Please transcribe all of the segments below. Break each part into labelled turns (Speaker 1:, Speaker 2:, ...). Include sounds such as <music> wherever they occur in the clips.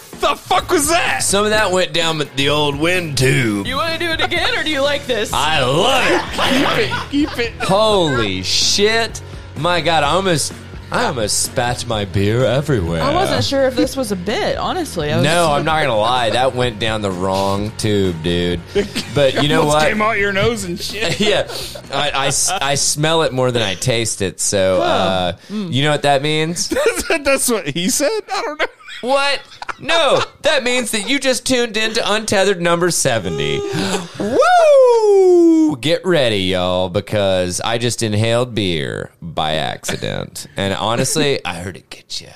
Speaker 1: fuck was that?
Speaker 2: Some of that went down the old wind tube.
Speaker 3: You want to do it again, or do you like this?
Speaker 2: I love it. keep it, keep it. Holy shit! My God, I almost, I almost spat my beer everywhere.
Speaker 3: I wasn't sure if this was a bit, honestly. I was
Speaker 2: uh, No, I'm not gonna lie. That went down the wrong tube, dude. But you know
Speaker 1: Almost
Speaker 2: what?
Speaker 1: Came out your nose and
Speaker 2: <laughs>
Speaker 1: shit.
Speaker 2: yeah, I, I s- I smell it more than I taste it. So uh,
Speaker 3: Hmm.
Speaker 2: you know what that means?
Speaker 1: <laughs> That's what he said. I don't know.
Speaker 2: What? No, that means that you just tuned in to Untethered number 70. Woo! Get ready, y'all, because I just inhaled beer by accident. And honestly, I heard it get you.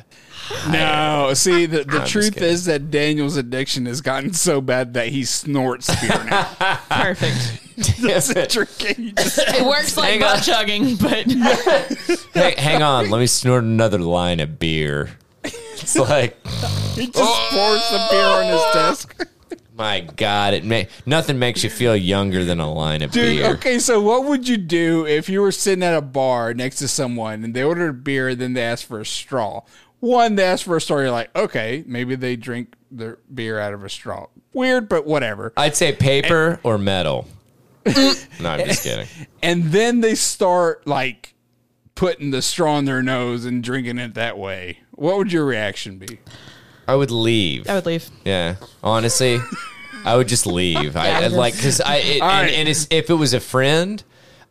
Speaker 1: No, see the, the
Speaker 2: just
Speaker 1: truth
Speaker 2: kidding.
Speaker 1: is that Daniel's addiction has gotten so bad that he snorts beer <laughs> now.
Speaker 2: <laughs>
Speaker 3: perfect.
Speaker 1: It's a trick. He just-
Speaker 3: It works like
Speaker 2: Hang on.
Speaker 3: butt chugging, but <laughs>
Speaker 2: Hey, hang on, let me snort another line of beer. It's like,
Speaker 1: he just pours the beer on his desk.
Speaker 2: my God, it may nothing makes you feel younger than a line of
Speaker 1: Dude,
Speaker 2: beer.
Speaker 1: okay, so what would you do if you were sitting at a bar next to someone and they ordered a beer and then they asked for a straw? One, they asked for a straw, you're like, okay, maybe they drink their beer out of a straw. Weird, but whatever.
Speaker 2: I'd say paper or metal. no, I'm just kidding.
Speaker 1: And then they start like putting the straw in their nose and drinking it that way. What would your reaction be?
Speaker 2: I would leave.
Speaker 3: I would leave.
Speaker 2: Yeah, honestly, I would just leave. I, I'd like because I it,
Speaker 1: All
Speaker 2: and,
Speaker 1: right.
Speaker 2: and it's, if it was a friend,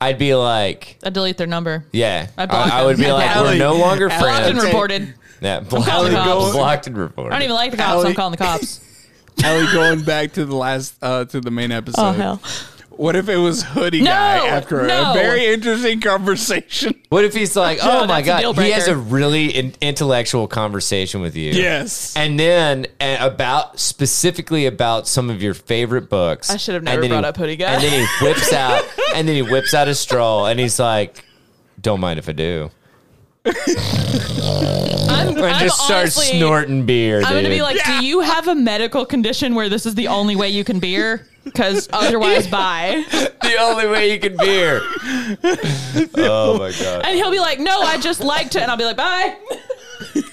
Speaker 2: I'd be like,
Speaker 3: I'd delete their number.
Speaker 2: yeah, I,
Speaker 3: I'd block
Speaker 2: I would be
Speaker 3: them.
Speaker 2: like,
Speaker 1: Allie-
Speaker 2: we're no longer
Speaker 1: Allie-
Speaker 3: Blocked and
Speaker 2: friends.
Speaker 1: Okay.
Speaker 3: reported.
Speaker 2: Yeah, blocked,
Speaker 3: calling
Speaker 2: and-
Speaker 3: the
Speaker 2: <laughs>
Speaker 3: cops.
Speaker 2: blocked and reported.
Speaker 3: I don't even like the cops.
Speaker 1: Allie-
Speaker 3: I'm calling the cops.
Speaker 2: <laughs>
Speaker 1: Ellie, going back to the last uh, to the main episode.
Speaker 3: oh hell!
Speaker 1: What if it was hoodie guy after a
Speaker 3: no.
Speaker 1: very interesting
Speaker 3: <laughs>
Speaker 1: conversation?
Speaker 2: What if he's like,
Speaker 3: No,
Speaker 2: oh my
Speaker 3: that's a deal
Speaker 2: god, he has a
Speaker 3: breaker.
Speaker 2: really in- intellectual conversation with you.
Speaker 1: Yes.
Speaker 2: And then and about specifically about some of your favorite books.
Speaker 3: I should have
Speaker 2: And
Speaker 3: never
Speaker 2: then
Speaker 3: brought up Hoodie Guy.
Speaker 2: And then he whips out and then he whips
Speaker 3: <laughs>
Speaker 2: out a straw and he's like, "Don't mind if I do."
Speaker 3: I'm,
Speaker 2: And
Speaker 3: I'm
Speaker 2: just starts
Speaker 3: honestly-
Speaker 2: snorting beer.
Speaker 3: I'm
Speaker 2: dude.
Speaker 3: gonna be like,
Speaker 1: Yeah.
Speaker 3: do you have a medical condition where this is the only way you can beer?
Speaker 2: <laughs>
Speaker 3: Because otherwise, bye.
Speaker 2: <laughs> the only way you can beer. <laughs> oh my god!
Speaker 3: And he'll be like, no, I just liked it, and I'll be like, bye.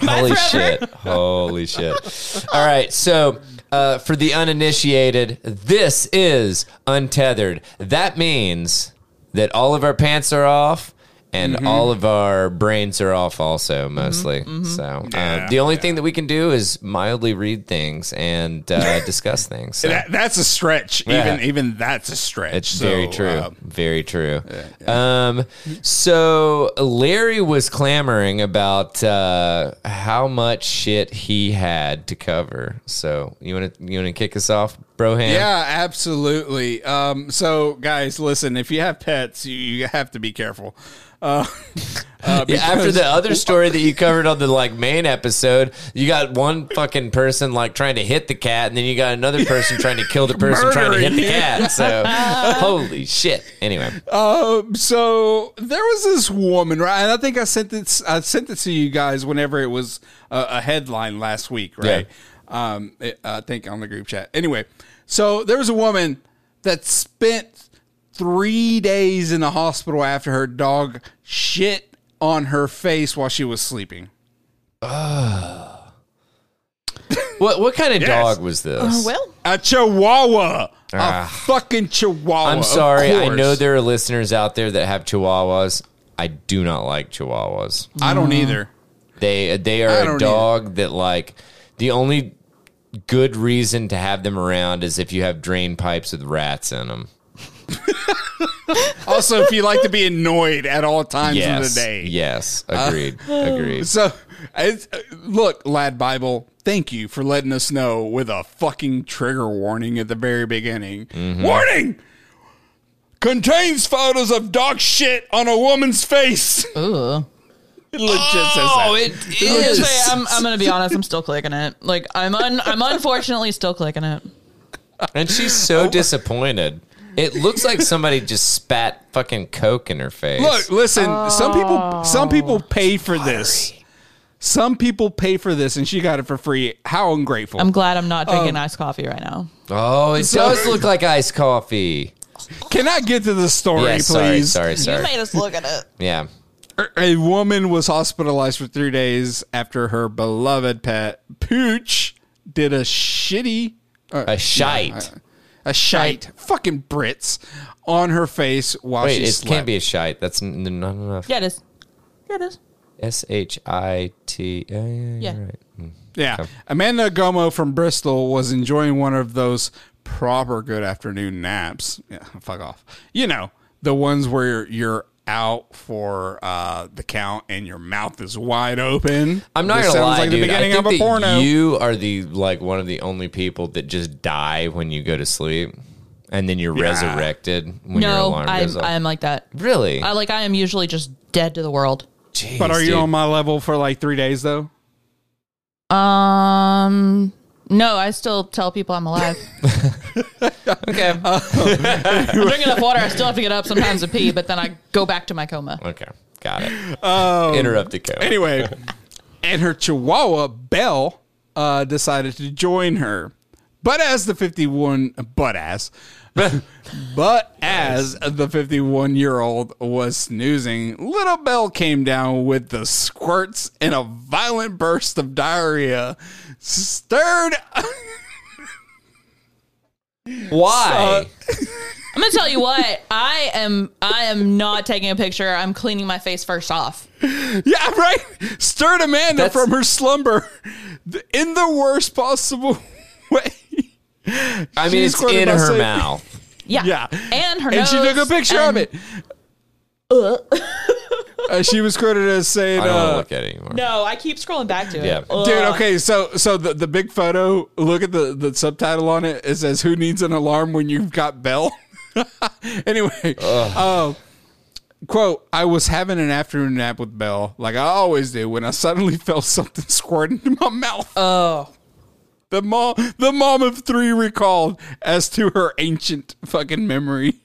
Speaker 2: Holy
Speaker 3: forever.
Speaker 2: shit! Holy shit! All right, so. Uh, for the uninitiated, this is untethered. That means that all of our pants are off and
Speaker 3: Mm-hmm.
Speaker 2: all of our brains are off, also mostly. So uh,
Speaker 1: Yeah,
Speaker 2: the only thing that we can do is mildly read things and
Speaker 3: <laughs>
Speaker 2: uh, discuss things. So.
Speaker 1: That, that's a stretch.
Speaker 2: Yeah.
Speaker 1: Even even that's a stretch.
Speaker 2: It's
Speaker 1: So,
Speaker 2: very true.
Speaker 1: uh,
Speaker 2: very true. Um, so Larry was clamoring about uh, how much shit he had to cover. So you want to you want to kick us off, Broham?
Speaker 1: yeah, absolutely. Um, so, guys, listen. If you have pets, you, you have to be careful. Uh, <laughs> uh,
Speaker 2: <laughs> Yeah, After
Speaker 1: because-
Speaker 2: the other story that you covered on the like main episode, you got one fucking person like trying to hit the cat, and then you got another person trying to kill the person trying to hit the
Speaker 1: Murdering.
Speaker 2: cat.
Speaker 1: <laughs>
Speaker 2: So holy shit! Anyway,
Speaker 1: Um, so there was this woman, right? And I think I sent this, I sent it to you guys whenever it was a, a headline last week, right? Um, it- I think on the group chat. Anyway, so there was a woman that spent three days in the hospital after her dog shit on her face while she was sleeping.
Speaker 2: what what kind of
Speaker 1: Yes.
Speaker 2: dog was this?
Speaker 3: Oh, well,
Speaker 1: A chihuahua.
Speaker 2: Ah.
Speaker 1: A fucking chihuahua.
Speaker 2: I'm
Speaker 1: of
Speaker 2: sorry. I
Speaker 1: course.
Speaker 2: know there are listeners out there that have chihuahuas. I do not like chihuahuas.
Speaker 1: I don't
Speaker 2: Mm.
Speaker 1: either.
Speaker 2: They they
Speaker 1: I
Speaker 2: are
Speaker 1: don't
Speaker 2: a dog that like the only good reason to have them around is if you have drain pipes with rats in them.
Speaker 1: Also, if you like to be annoyed at all times
Speaker 2: Yes.
Speaker 1: of the Uh, day.
Speaker 2: Yes.
Speaker 1: <laughs>
Speaker 2: Agreed. Agreed.
Speaker 1: So, it's, uh, look, Lad Bible, thank you for letting us know with a fucking trigger warning at the very beginning. Warning! Contains photos of dog shit on a woman's face.
Speaker 3: ooh.
Speaker 1: <laughs> It legit
Speaker 2: Oh,
Speaker 1: says that.
Speaker 2: it
Speaker 3: I'm, gonna
Speaker 2: is.
Speaker 3: say, I'm, I'm gonna be honest. I'm still clicking it. Like I'm un, I'm unfortunately still clicking it.
Speaker 2: And she's
Speaker 1: Oh.
Speaker 2: so disappointed. It looks like somebody just spat fucking coke in her face.
Speaker 1: Look, Oh. listen, some people some people pay for this. Some people pay for this and she got it for free. How ungrateful.
Speaker 3: I'm glad I'm not drinking iced coffee right now.
Speaker 2: oh, it
Speaker 1: So-
Speaker 2: does look like iced coffee.
Speaker 1: Can I get to the story,
Speaker 2: Yeah,
Speaker 1: please?
Speaker 2: sorry, sorry, sorry.
Speaker 3: us look at it.
Speaker 2: yeah.
Speaker 1: A woman was hospitalized for three days after her beloved pet Pooch did a shitty, uh,
Speaker 2: A shite.
Speaker 1: a shite, fucking Brits on her face while
Speaker 2: Wait,
Speaker 1: she
Speaker 2: it
Speaker 1: slept.
Speaker 2: can't be a shite. That's n- n- not enough.
Speaker 3: <laughs> Yeah, it is. Yeah, it is.
Speaker 2: S H I T. Yeah, yeah, yeah.
Speaker 3: Yeah.
Speaker 2: Right. Mm.
Speaker 1: yeah, Amanda Gomo from Bristol was enjoying one of those proper good afternoon naps. Yeah, fuck off. You know the ones where you're out for uh, the count and your mouth is wide open.
Speaker 2: I'm not gonna
Speaker 1: This sounds
Speaker 2: lie,
Speaker 1: like
Speaker 2: dude.
Speaker 1: the beginning
Speaker 2: I
Speaker 1: of
Speaker 2: think
Speaker 1: a
Speaker 2: that
Speaker 1: porno.
Speaker 2: you are the like one of the only people that just die when you go to sleep, and then you're resurrected when your
Speaker 3: no,
Speaker 2: alarm
Speaker 3: I'm,
Speaker 2: goes off.
Speaker 3: I'm like that.
Speaker 2: really?
Speaker 3: I like I am usually just dead to the world.
Speaker 2: Jeez,
Speaker 1: but are you
Speaker 2: dude.
Speaker 1: on my level for like three days though?
Speaker 3: Um, no, I still tell people I'm
Speaker 1: <laughs>
Speaker 3: alive.
Speaker 2: Okay.
Speaker 1: Oh.
Speaker 3: <laughs> I drink enough water. I still have to get up sometimes to pee, but then I go back to my coma.
Speaker 2: okay. Got it. Interrupted. Code.
Speaker 1: Um, Anyway, and her chihuahua, Belle, uh, decided to join her. But as the 51, but as, but as the 51 year old was snoozing, little Belle came down with the squirts and a violent burst of diarrhea stirred <laughs> uh,
Speaker 2: why?
Speaker 3: I'm gonna tell you what. I am. I am not taking a picture. I'm cleaning my face first off.
Speaker 1: Yeah, right. Stirred Amanda
Speaker 2: That's-
Speaker 1: from her slumber th- in the worst possible <laughs> way.
Speaker 2: I
Speaker 1: she
Speaker 2: mean, it's
Speaker 1: squirted
Speaker 2: in
Speaker 1: by
Speaker 2: her
Speaker 1: saying-
Speaker 2: mouth.
Speaker 3: Yeah.
Speaker 1: Yeah.
Speaker 3: And her
Speaker 1: And she took a
Speaker 3: nose,
Speaker 1: picture
Speaker 3: and-
Speaker 1: of it. Uh, she was quoted as saying,
Speaker 2: I don't want to
Speaker 1: uh,
Speaker 2: look at it anymore.
Speaker 3: No, I keep scrolling back to it.
Speaker 2: Yeah.
Speaker 3: Ugh.
Speaker 1: "Dude, okay, so so the, the big photo. Look at the, the subtitle on it. It says, "Who needs an alarm when you've got Bell?" <laughs> anyway, uh, quote: I was having an afternoon nap with Bell, like I always do, when I suddenly <laughs> felt something squirt into my mouth.
Speaker 3: Oh,
Speaker 1: The mom, the mom of three, recalled as to her ancient fucking memory.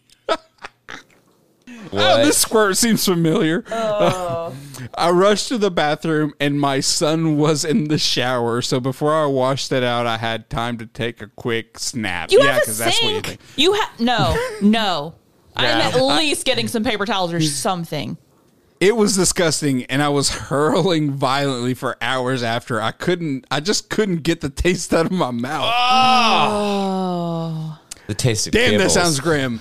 Speaker 1: Oh,
Speaker 2: What?
Speaker 1: this squirt seems familiar.
Speaker 3: Oh.
Speaker 1: <laughs> I rushed to the bathroom and my son was in the shower. So before I washed it out, I had time to take a quick snap.
Speaker 3: you
Speaker 1: yeah,
Speaker 3: have a sink.
Speaker 1: that's what you think.
Speaker 3: you
Speaker 1: <laughs>
Speaker 3: have no, no. I'm
Speaker 2: Yeah.
Speaker 3: at least getting some paper towels or something.
Speaker 1: It was disgusting, and I was hurling <laughs> violently for hours after. I couldn't. I just couldn't get the taste out of my mouth.
Speaker 3: Oh,
Speaker 2: The taste of
Speaker 1: Damn,
Speaker 2: kibbles.
Speaker 1: that sounds grim.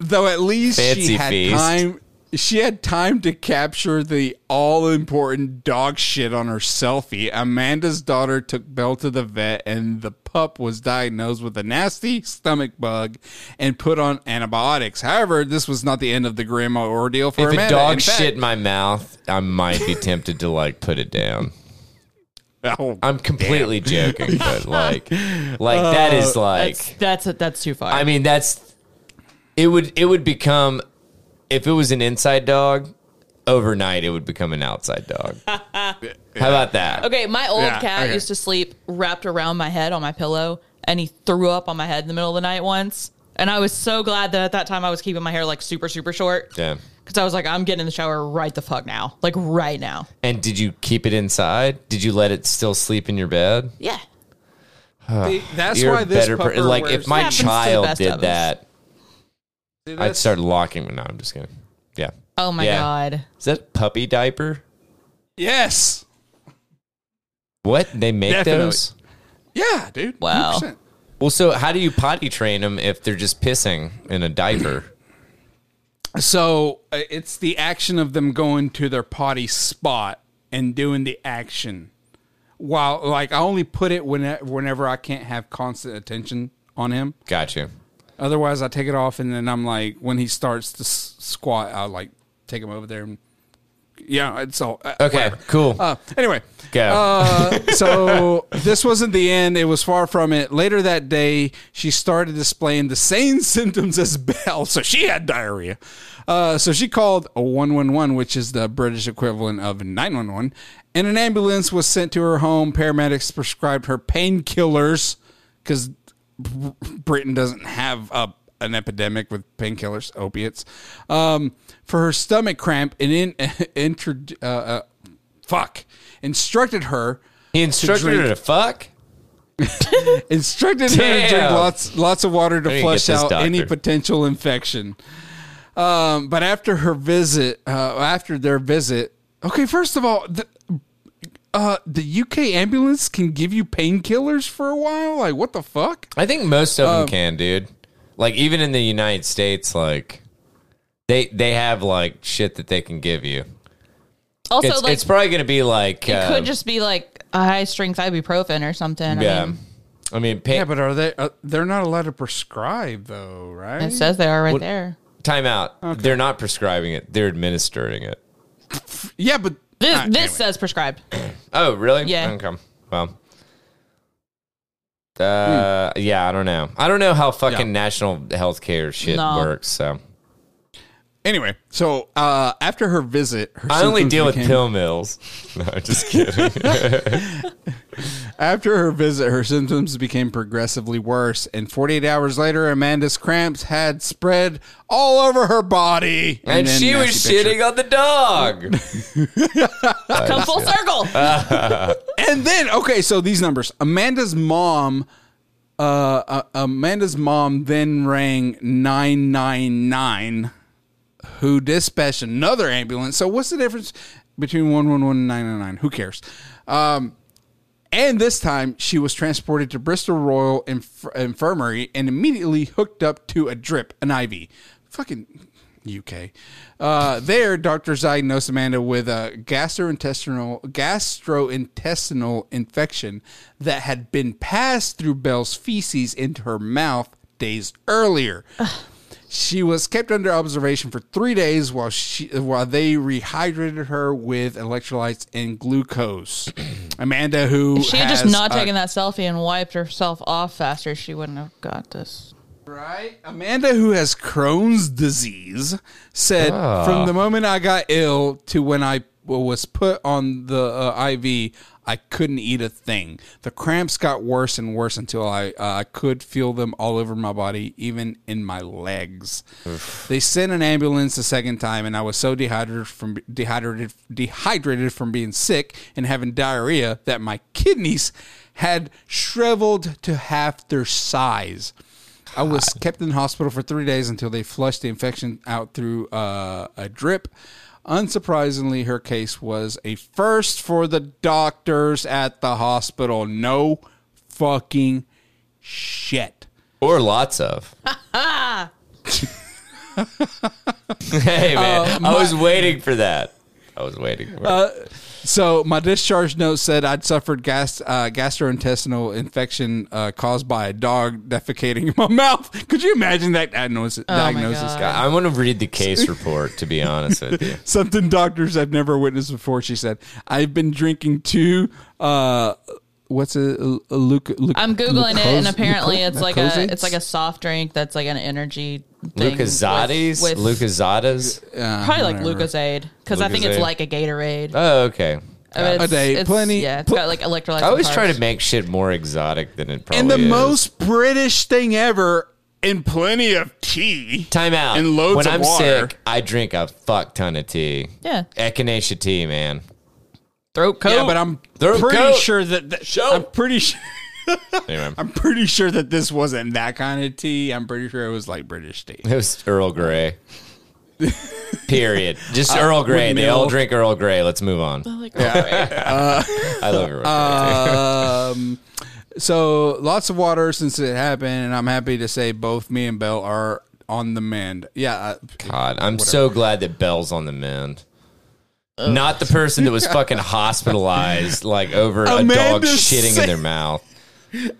Speaker 1: Though at least
Speaker 2: Fancy
Speaker 1: she had
Speaker 2: feast.
Speaker 1: time. She had time to capture the all important dog shit on her selfie. Amanda's daughter took Belle to the vet, and the pup was diagnosed with a nasty stomach bug and put on antibiotics. However, this was not the end of the grandma ordeal for
Speaker 2: If a
Speaker 1: Amanda.
Speaker 2: dog
Speaker 1: In fact-
Speaker 2: shit in my mouth, I might be tempted to like put it down.
Speaker 1: Oh,
Speaker 2: I'm completely
Speaker 1: <laughs>
Speaker 2: joking, but like, like that is like,
Speaker 3: Uh, That's that's that's too far.
Speaker 2: I mean, that's it would it would become if it was an inside dog overnight, it would become an outside
Speaker 3: <laughs>
Speaker 2: dog. How about that?
Speaker 3: okay, my old
Speaker 1: Yeah,
Speaker 3: cat
Speaker 1: okay.
Speaker 3: used to sleep wrapped around my head on my pillow, and he threw up on my head in the middle of the night once. And I was so glad that at that time I was keeping my hair like super super short
Speaker 2: Yeah.
Speaker 3: because I was like, I'm getting in the shower right the fuck now, like right now.
Speaker 2: And did you keep it inside? Did you let it still sleep in your bed?
Speaker 3: Yeah.
Speaker 1: that's
Speaker 2: You're
Speaker 1: why
Speaker 2: a
Speaker 1: this
Speaker 2: better per-
Speaker 1: pupper
Speaker 2: like
Speaker 1: wears-
Speaker 2: if my
Speaker 3: Happens to the
Speaker 2: child
Speaker 3: best of
Speaker 2: did
Speaker 3: us.
Speaker 2: that,
Speaker 1: See,
Speaker 2: I'd
Speaker 1: that's-
Speaker 2: start locking. No, I'm just kidding. Yeah.
Speaker 3: Oh my
Speaker 2: Yeah.
Speaker 3: god.
Speaker 2: Is that puppy diaper?
Speaker 1: Yes,
Speaker 2: What they make
Speaker 1: Definitely.
Speaker 2: those?
Speaker 1: yeah, dude.
Speaker 3: Wow.
Speaker 1: 100%.
Speaker 2: Well, so how do you potty train them if they're just pissing in a diaper? <clears throat>
Speaker 1: So uh, it's the action of them going to their potty spot and doing the action. While like I only put it when whenever I can't have constant attention on him.
Speaker 2: Got you.
Speaker 1: Otherwise, I take it off and then I'm like when he starts to s- squat, I like take him over there and yeah, it's all uh,
Speaker 2: Okay,
Speaker 1: whatever.
Speaker 2: cool.
Speaker 1: Uh, anyway,
Speaker 2: Go.
Speaker 1: Uh,
Speaker 2: <laughs>
Speaker 1: so this wasn't the end. It was far from it. Later that day, she started displaying the same <laughs> symptoms as Belle, so she had diarrhea. Uh, so she called a 111, which is the British equivalent of 911, and an ambulance was sent to her home. Paramedics prescribed her painkillers because Britain doesn't have a an epidemic with painkillers, opiates, um, for her stomach cramp, and in <laughs> intro, uh, uh, fuck, instructed her
Speaker 2: He instructed her to fuck.
Speaker 1: instructed her to drink
Speaker 2: Damn.
Speaker 1: lots lots of water
Speaker 2: I need
Speaker 1: to
Speaker 2: to
Speaker 1: flush
Speaker 2: get this
Speaker 1: out any
Speaker 2: doctor.
Speaker 1: potential infection. Um, but after her visit, uh, after their visit, okay, first of all, th- uh, the UK ambulance can give you painkillers for a while? Like, what the fuck?
Speaker 2: I think most of them can, dude. Like even in the United States, like they they have like shit that they can give you.
Speaker 3: Also,
Speaker 2: it's,
Speaker 3: like
Speaker 2: it's probably gonna be like
Speaker 3: it
Speaker 2: uh,
Speaker 1: um,
Speaker 3: could just be like a high strength ibuprofen or something. I
Speaker 2: yeah.
Speaker 3: mean,
Speaker 2: I mean, pay,
Speaker 1: Yeah, but are they? Uh, they're not allowed to prescribe, though, right?
Speaker 3: it says they are right there.
Speaker 2: time out. They're not prescribing it; they're administering it.
Speaker 1: yeah, but
Speaker 3: This
Speaker 1: Ah,
Speaker 3: this
Speaker 1: anyway.
Speaker 3: says prescribed.
Speaker 2: Oh, really?
Speaker 3: Yeah.
Speaker 2: Okay. Well. Uh, yeah, I don't know. I don't know how fucking
Speaker 1: Yeah.
Speaker 2: national healthcare shit
Speaker 3: No.
Speaker 2: works. So
Speaker 1: Anyway, so uh, after her visit, her
Speaker 2: I only
Speaker 1: symptoms
Speaker 2: deal with
Speaker 1: became-
Speaker 2: pill mills. <laughs> No, I'm just kidding.
Speaker 1: After her visit, her symptoms became progressively worse, and 48 hours later, Amanda's cramps had spread all over her body.
Speaker 2: <laughs> and
Speaker 1: then
Speaker 2: she was
Speaker 1: nasty picture.
Speaker 2: shitting on the <laughs> dog.
Speaker 3: Come full circle.
Speaker 1: And then, okay, so these numbers. Amanda's mom, uh, uh, Amanda's mom then rang 999, who dispatched another ambulance. So, what's the difference between 111 and 999? Who cares? Um, and this time, she was transported to Bristol Royal Inf- Infirmary and immediately hooked up to a drip, an IV. Fucking UK. Uh, there, doctors diagnosed Amanda with a gastrointestinal gastrointestinal infection that had been passed through Bell's feces into her mouth days earlier. She was kept under observation for three days while she while they rehydrated her with electrolytes and glucose. <clears throat> Amanda, who
Speaker 3: If she had just
Speaker 1: has
Speaker 3: not
Speaker 1: a-
Speaker 3: taken that selfie and wiped herself off faster, she wouldn't have got this.
Speaker 1: Right? Amanda, who has Crohn's disease, said from the moment I got ill to when I was put on the uh, IV, I couldn't eat a thing. The cramps got worse and worse until I uh, I could feel them all over my body, even in my legs. they sent an ambulance a second time, and I was so dehydrated from dehydrated dehydrated from being sick and having diarrhea that my kidneys had shriveled to half their size. I was kept in the hospital for three days until they flushed the infection out through uh, a drip. Unsurprisingly, her case was a first for the doctors at the hospital. No fucking shit.
Speaker 2: Or lots
Speaker 3: <laughs>
Speaker 2: of. hey
Speaker 3: Oh,
Speaker 2: man, I was waiting for that. I was waiting for it.
Speaker 1: Uh, So my discharge note said I'd suffered gas, uh, gastrointestinal infection uh, caused by a dog defecating in my <laughs> mouth. Could you imagine that diagnosis? diagnosis?
Speaker 3: God.
Speaker 2: I want to read the case report to be honest with you.
Speaker 1: something doctors I've never witnessed before. She said, "I've been drinking two. Uh, what's uh, a, a luc- luc-
Speaker 3: I'm googling it, and
Speaker 1: glucose-
Speaker 3: apparently
Speaker 1: gluco-
Speaker 3: it's like a
Speaker 1: glucosades?
Speaker 3: it's like a soft drink that's like an energy thing.
Speaker 2: Lucasades?
Speaker 3: with, with
Speaker 2: Lucasades?
Speaker 3: probably like
Speaker 1: whatever.
Speaker 3: Lucasade because I think it's
Speaker 2: Lucozade.
Speaker 3: like a Gatorade.
Speaker 2: Oh, okay.
Speaker 3: I mean, it's-
Speaker 1: Okay,
Speaker 3: it's-
Speaker 1: plenty-
Speaker 3: Yeah, it's
Speaker 1: pl-
Speaker 3: got like electrolytes.
Speaker 2: I always
Speaker 3: and
Speaker 2: try
Speaker 3: carbs.
Speaker 2: to make shit more exotic than it probably
Speaker 1: and the
Speaker 2: is.
Speaker 1: most British thing ever, and plenty of tea.
Speaker 2: time out.
Speaker 1: and loads
Speaker 2: when
Speaker 1: of
Speaker 2: I'm
Speaker 1: water.
Speaker 2: sick, I drink a fuck ton of tea.
Speaker 3: Yeah.
Speaker 2: Echinacea tea, man. <laughs>
Speaker 3: throat coat.
Speaker 1: Yeah, but I'm
Speaker 2: Throat
Speaker 1: pretty
Speaker 2: coat.
Speaker 1: sure that, that
Speaker 2: Show.
Speaker 1: I'm pretty sure.
Speaker 2: Anyway,
Speaker 1: <laughs> I'm pretty sure that this wasn't that kind of tea. I'm pretty sure it was like British tea.
Speaker 2: it was Earl
Speaker 1: <laughs>
Speaker 2: Grey. Period.
Speaker 1: Uh,
Speaker 2: Just Earl Grey.
Speaker 1: with
Speaker 2: They all
Speaker 1: milk.
Speaker 2: drink Earl Grey. Let's move on.
Speaker 3: like,
Speaker 2: <laughs> I love Earl Grey.
Speaker 1: Uh, um, so lots of water since it happened, and I'm happy to say both me and Belle are on the mend. Yeah, I-
Speaker 2: God, I'm so glad that Bell's on the mend. Not the person that
Speaker 1: <laughs>
Speaker 2: was fucking hospitalized, like over a dog
Speaker 1: Amanda
Speaker 2: shitting in
Speaker 1: said-
Speaker 2: their mouth.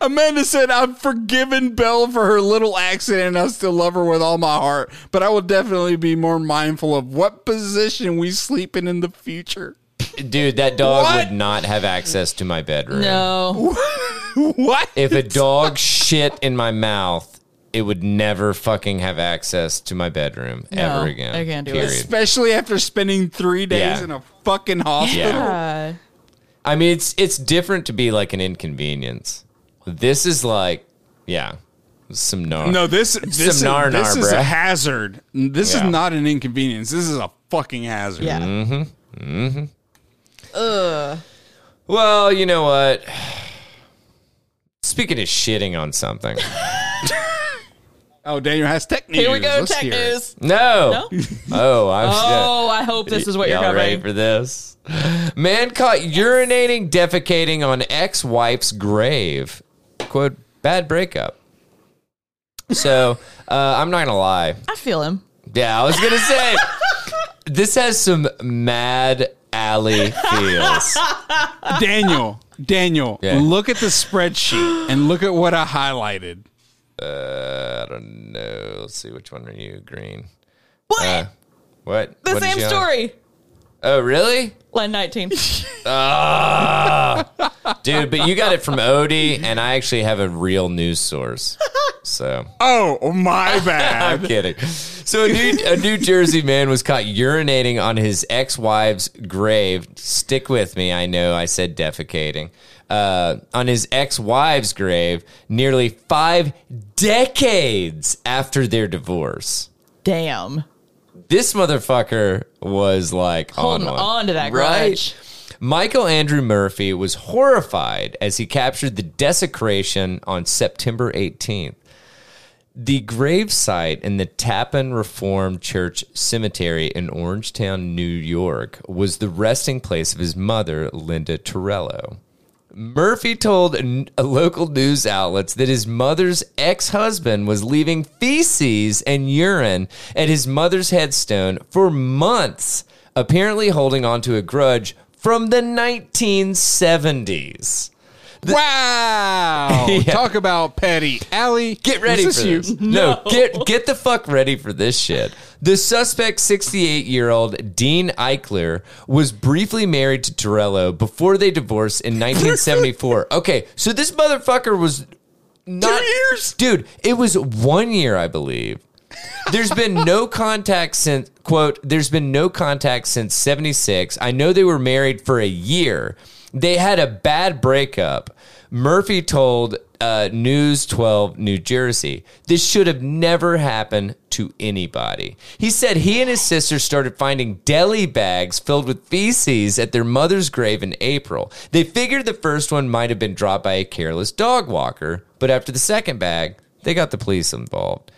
Speaker 1: Amanda said, I've forgiven Belle for her little accident and I still love her with all my heart, but I will definitely be more mindful of what position we sleep in in the future. <laughs>
Speaker 2: Dude, that dog
Speaker 1: What?
Speaker 2: would not have access to my bedroom.
Speaker 3: no,
Speaker 1: what?
Speaker 2: If
Speaker 3: <laughs>
Speaker 2: a dog shit in my mouth, it would never fucking have access to my bedroom ever again.
Speaker 3: I can't do it.
Speaker 2: period.
Speaker 1: Especially after spending three days
Speaker 2: Yeah.
Speaker 1: in a fucking hospital.
Speaker 3: yeah.
Speaker 2: I mean, it's it's different to be like an inconvenience. This is like, yeah, some gnar.
Speaker 1: No, this, this, is,
Speaker 2: Some gnar
Speaker 1: this
Speaker 2: gnar,
Speaker 1: is
Speaker 2: bruh.
Speaker 1: a hazard. This
Speaker 2: Yeah.
Speaker 1: is not an inconvenience. This is a fucking hazard.
Speaker 3: Yeah.
Speaker 2: Well, you know what? <sighs>
Speaker 3: <laughs>
Speaker 2: Speaking of shitting on something,
Speaker 1: Oh, Daniel has tech news.
Speaker 3: Here we go,
Speaker 1: Let's
Speaker 3: tech
Speaker 1: hear it.
Speaker 2: <laughs>
Speaker 3: news.
Speaker 2: No.
Speaker 3: No?
Speaker 2: Oh, I'm.
Speaker 3: Oh, I hope this is what you're
Speaker 2: Y'all ready for
Speaker 3: covering.
Speaker 2: this? Man caught urinating, defecating on ex-wife's grave. Quote: Bad breakup. So uh, I'm not gonna lie.
Speaker 3: I feel him.
Speaker 2: Yeah, I was gonna say this has some mad alley feels.
Speaker 1: Daniel, Daniel,
Speaker 2: Yeah.
Speaker 1: look at the spreadsheet and look at what I highlighted.
Speaker 2: Uh, I don't know. Let's see which one are you green.
Speaker 3: What?
Speaker 2: Uh, what?
Speaker 3: the
Speaker 2: What did
Speaker 3: same
Speaker 2: you-
Speaker 3: story.
Speaker 2: Oh, really?
Speaker 3: Line <laughs> 19.
Speaker 2: Dude, but you got it from Odie, and I actually have a real news source. So
Speaker 1: Oh, <laughs> my bad.
Speaker 2: I'm kidding. So a New, a New Jersey man was caught urinating on his ex-wife's grave. Stick with me. I know I said defecating. Uh, on his ex-wife's grave, nearly five decades after their divorce.
Speaker 3: Damn.
Speaker 2: This motherfucker was like
Speaker 3: Holding
Speaker 2: on,
Speaker 3: on,
Speaker 2: one.
Speaker 3: to that
Speaker 2: Right?
Speaker 3: grudge.
Speaker 2: Michael Andrew Murphy was horrified as he captured the desecration on September 18th. The gravesite in the Tappan Reformed Church Cemetery in Orangetown, New York, was the resting place of his mother, Linda Torello. Murphy told n- local news outlets that his mother's ex husband was leaving feces and urine at his mother's headstone for months, apparently holding on to a grudge from the 1970s.
Speaker 1: <laughs> wow.
Speaker 2: Yeah.
Speaker 1: Talk about petty. Allie,
Speaker 2: Get ready
Speaker 1: is
Speaker 2: for
Speaker 1: you?
Speaker 2: this. <laughs> No, get get the fuck ready for this shit. The suspect, 68 year old Dean Eichler, was briefly married to Torello before they divorced in 1974. okay, so this motherfucker was not
Speaker 1: Two years?
Speaker 2: dude. It was one year, I believe. There's been no contact since quote. There's been no contact since '76. I know they were married for a year. They had a bad breakup. Murphy told uh, News 12 New Jersey, "This should have never happened to anybody." He said he and his sister started finding deli bags filled with feces at their mother's grave in April. They figured the first one might have been dropped by a careless dog walker, but after the second bag, they got the police involved.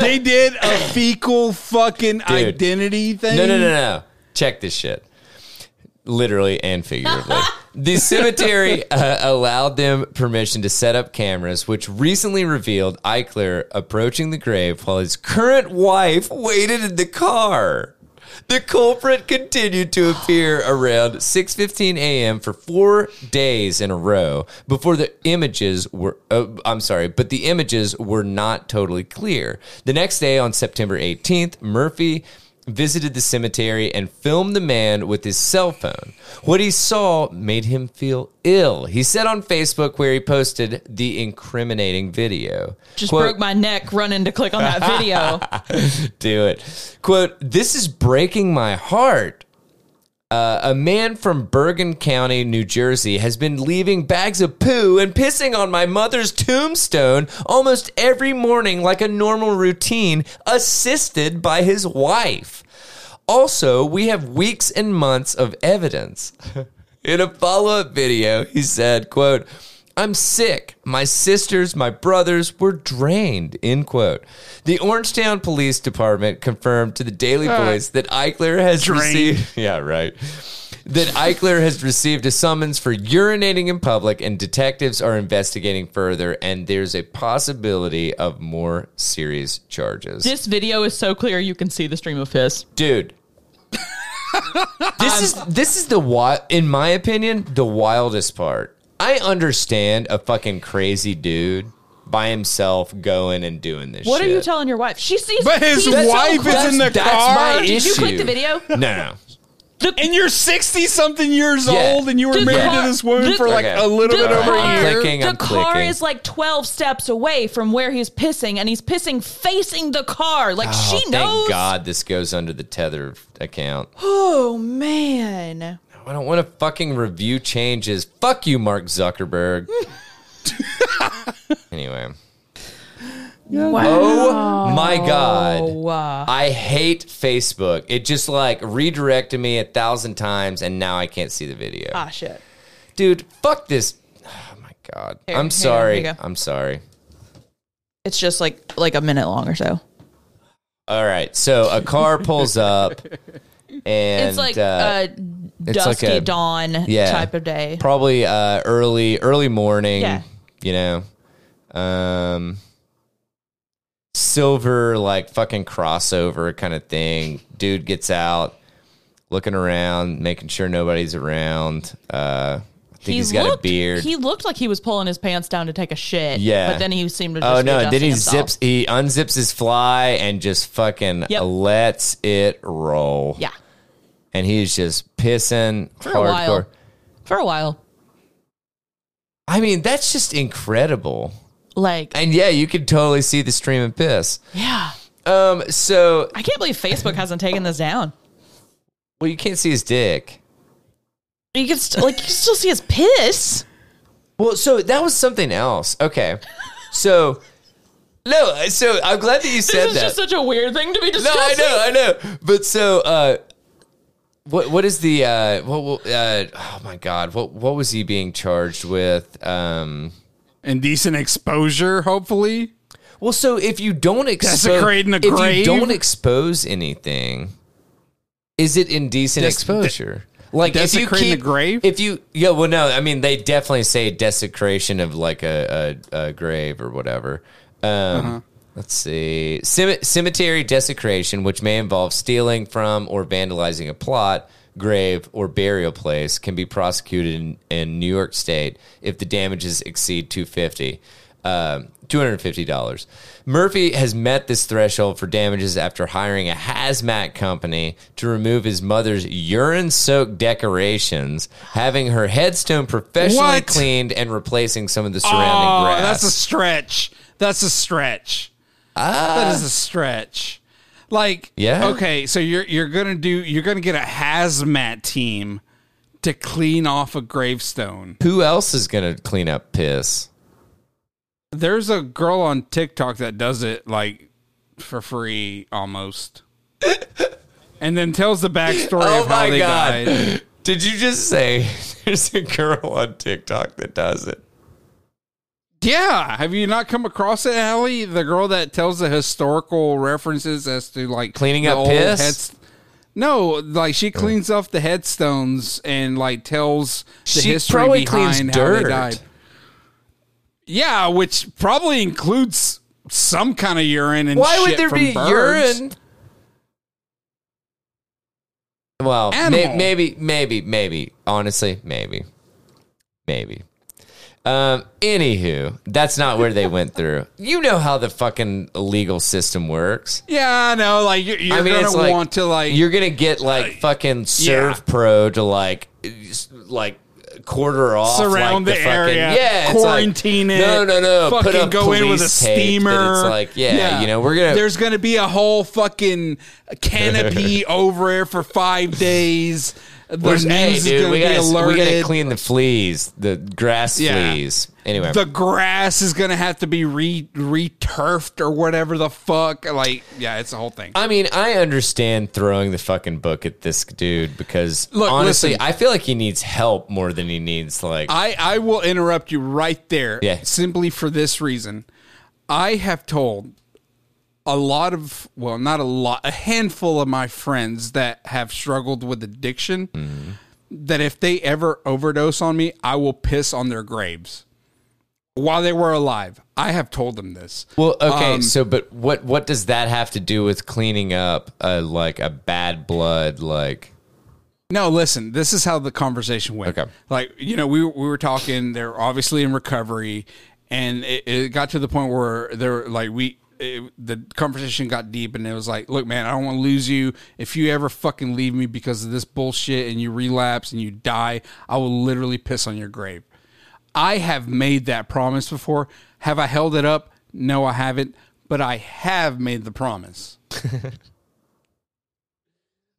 Speaker 1: They did a fecal fucking identity thing.
Speaker 2: No, no, no, no. Check this shit. Literally and figuratively. the cemetery uh, allowed them permission to set up cameras, which recently revealed Eichler approaching the grave while his current wife waited in the car. The culprit continued to appear around 6:15 a.m. for 4 days in a row before the images were uh, I'm sorry, but the images were not totally clear. The next day on September 18th, Murphy visited the cemetery and filmed the man with his cell phone. What he saw made him feel ill. He said on Facebook where he posted the incriminating video.
Speaker 3: Just
Speaker 2: quote,
Speaker 3: broke my neck running to click on <laughs> that video.
Speaker 2: do it. Quote, this is breaking my heart. Uh, a man from Bergen County, New Jersey, has been leaving bags of poo and pissing on my mother's tombstone almost every morning like a normal routine, assisted by his wife. Also, we have weeks and months of evidence. <laughs> In a follow-up video, he said, quote, I'm sick. My sisters, my brothers were drained, end quote. The Orangetown Police Department confirmed to the Daily Voice that Eichler has
Speaker 1: Drained.
Speaker 2: received <laughs> Yeah, right. That Eichler has received a summons for urinating in public and detectives are investigating further and there's a possibility of more serious charges.
Speaker 3: this video is so clear you can see the stream of piss.
Speaker 2: dude.
Speaker 3: <laughs>
Speaker 2: this is this is the wi- in my opinion the wildest part. I understand a fucking crazy dude by himself going and doing this.
Speaker 3: What
Speaker 2: shit.
Speaker 3: are you telling your wife? She sees
Speaker 1: But his
Speaker 3: he's so
Speaker 1: wife
Speaker 3: close.
Speaker 1: is in the
Speaker 2: That's
Speaker 1: car.
Speaker 2: my
Speaker 3: Did you click
Speaker 2: issue.
Speaker 3: the video?
Speaker 2: No,
Speaker 3: <laughs>
Speaker 2: no.
Speaker 1: and you're 60 something years
Speaker 2: Yeah.
Speaker 1: old and you were
Speaker 3: Dude,
Speaker 1: married
Speaker 3: yeah.
Speaker 1: to this woman
Speaker 3: Dude,
Speaker 1: for like
Speaker 2: Okay.
Speaker 1: a little
Speaker 3: The
Speaker 1: bit over
Speaker 3: car-
Speaker 1: a
Speaker 2: I'm
Speaker 1: year.
Speaker 2: clicking,
Speaker 3: the
Speaker 2: I'm
Speaker 3: car
Speaker 2: clicking.
Speaker 3: is like 12 steps away from where he's pissing, and he's pissing facing the car. Like,
Speaker 2: Oh,
Speaker 3: she knows.
Speaker 2: Thank God this goes under the Tether account.
Speaker 3: Oh, man.
Speaker 2: I don't want to fucking review changes. Fuck you, Mark Zuckerberg. anyway. Oh my God.
Speaker 3: Wow.
Speaker 2: I hate Facebook. It just like redirected me a thousand times and now I can't see the video.
Speaker 3: Ah, shit.
Speaker 2: Dude, fuck this. Oh my God.
Speaker 3: Here,
Speaker 2: I'm
Speaker 3: here,
Speaker 2: sorry.
Speaker 3: here you go.
Speaker 2: I'm sorry.
Speaker 3: It's just like like a minute long or so.
Speaker 2: All right. So a car pulls up and
Speaker 3: <laughs> it's like
Speaker 2: uh,
Speaker 3: a dusky
Speaker 2: like a-
Speaker 3: dawn
Speaker 2: yeah.
Speaker 3: type of day.
Speaker 2: probably uh, early early morning,
Speaker 3: Yeah.
Speaker 2: you know. Um silver like fucking crossover kind of thing. Dude gets out looking around, making sure nobody's around. Uh I think he's got
Speaker 3: looked,
Speaker 2: a beard.
Speaker 3: He looked like he was pulling his pants down to take a shit.
Speaker 2: Yeah.
Speaker 3: but then he seemed to. Just
Speaker 2: Oh no!
Speaker 3: be
Speaker 2: Then he
Speaker 3: adjusting himself.
Speaker 2: zips. He unzips his fly and just fucking
Speaker 3: Yep.
Speaker 2: lets it roll.
Speaker 3: Yeah,
Speaker 2: and he's just pissing
Speaker 3: for a
Speaker 2: hardcore.
Speaker 3: while. For a while,
Speaker 2: I mean, that's just incredible.
Speaker 3: like
Speaker 2: And yeah, you can totally see the stream of piss.
Speaker 3: yeah,
Speaker 2: Um, so
Speaker 3: I can't believe Facebook hasn't taken this down.
Speaker 2: well, you can't see his dick.
Speaker 3: You can st- like you can still see his piss.
Speaker 2: Well, so that was something else. Okay, so no, so I'm glad that you said
Speaker 3: This is
Speaker 2: that.
Speaker 3: just such a weird thing to be
Speaker 2: no, I
Speaker 3: discussing.
Speaker 2: know, I know. But so, uh, what what is the uh, what will uh, oh my god what what was he being charged with? Um,
Speaker 1: Indecent exposure, hopefully.
Speaker 2: well, so if you don't expose
Speaker 1: Desecrating a
Speaker 2: if you
Speaker 1: grave?
Speaker 2: don't expose anything, is it indecent
Speaker 1: Des-
Speaker 2: exposure? Like
Speaker 1: desecrating
Speaker 2: if you
Speaker 1: the
Speaker 2: keep,
Speaker 1: grave?
Speaker 2: If you yeah, well, no, I mean they definitely say desecration of like a a, a grave or whatever. Um, Let's see, Cem- cemetery desecration, which may involve stealing from or vandalizing a plot, grave, or burial place, can be prosecuted in, in New York State if the damages exceed two fifty. Um, $250. Murphy has met this threshold for damages after hiring a hazmat company to remove his mother's urine soaked decorations, having her headstone professionally
Speaker 1: What?
Speaker 2: cleaned, and replacing some of the surrounding
Speaker 1: Oh,
Speaker 2: grass.
Speaker 1: that's a stretch. That's a stretch.
Speaker 2: Ah,
Speaker 1: that is a stretch. Like,
Speaker 2: Uh. Yeah?
Speaker 1: okay, so you're you're gonna do you're gonna get a hazmat team to clean off a gravestone.
Speaker 2: Who else is going to clean up piss?
Speaker 1: There's a girl on TikTok that does it like for free
Speaker 2: <laughs>
Speaker 1: almost, and then tells the backstory
Speaker 2: Oh
Speaker 1: of how they died.
Speaker 2: <laughs> Did you just say <laughs> there's a girl on TikTok that does it?
Speaker 1: Yeah, have you not come across it, Allie? The girl that tells the historical references as to like
Speaker 2: Cleaning
Speaker 1: the
Speaker 2: up
Speaker 1: old
Speaker 2: piss? Oh.
Speaker 1: no, like she cleans off the headstones and like tells the
Speaker 2: She
Speaker 1: history
Speaker 2: probably
Speaker 1: behind
Speaker 2: cleans
Speaker 1: how they
Speaker 2: dirt.
Speaker 1: died. Yeah, which probably includes some kind of urine and
Speaker 2: Why would
Speaker 1: shit
Speaker 2: there
Speaker 1: from
Speaker 2: be
Speaker 1: birds.
Speaker 2: urine? Well, may,
Speaker 1: Animal.
Speaker 2: maybe, maybe, maybe. Honestly, maybe, maybe. Um, anywho, that's not where they went through. You know how the fucking legal system works.
Speaker 1: Yeah, I know. Like you're, you're
Speaker 2: I mean,
Speaker 1: gonna
Speaker 2: it's like
Speaker 1: want to like
Speaker 2: you're gonna get like fucking serve pro to like s- like quarter off
Speaker 1: Surround
Speaker 2: like,
Speaker 1: the
Speaker 2: fucking-
Speaker 1: area,
Speaker 2: yeah, it's like,
Speaker 1: quarantine it,
Speaker 2: No, no, no.
Speaker 1: Fucking
Speaker 2: put up
Speaker 1: go in with a
Speaker 2: police tape that
Speaker 1: steamer.
Speaker 2: It's like yeah, you know, we're gonna
Speaker 1: There's gonna be a whole fucking
Speaker 2: <laughs>
Speaker 1: canopy over it for five days. The
Speaker 2: We're-
Speaker 1: news
Speaker 2: hey,
Speaker 1: is
Speaker 2: dude,
Speaker 1: gonna
Speaker 2: we gotta,
Speaker 1: be
Speaker 2: we gotta
Speaker 1: alerted.
Speaker 2: clean the fleas, the grass
Speaker 1: Yeah.
Speaker 2: fleas. Anyway,
Speaker 1: the grass is gonna have to be re returfed or whatever the fuck. Like, yeah, it's a whole thing.
Speaker 2: I mean, I understand throwing the fucking book at this dude because
Speaker 1: Look,
Speaker 2: honestly,
Speaker 1: listen.
Speaker 2: I feel like he needs help more than he needs like.
Speaker 1: I, I will interrupt you right there
Speaker 2: Yeah.
Speaker 1: simply for this reason. I have told a lot of, well, not a lot, a handful of my friends that have struggled with addiction
Speaker 2: Mm-hmm.
Speaker 1: that if they ever overdose on me, I will piss on their graves while they were alive. I have told them this.
Speaker 2: well, okay,
Speaker 1: um,
Speaker 2: so but what what does that have to do with cleaning up a like a bad blood like?
Speaker 1: No, listen. This is how the conversation went.
Speaker 2: Okay.
Speaker 1: Like you know, we we were talking. They're obviously in recovery, and it, it got to the point where they're like we. It, the conversation got deep, and it was like, "Look, man, I don't want to lose you. If you ever fucking leave me because of this bullshit, and you relapse and you die, I will literally piss on your grave." I have made that promise before. Have I held it up? No, I haven't. But I have made
Speaker 2: <laughs>
Speaker 1: the promise.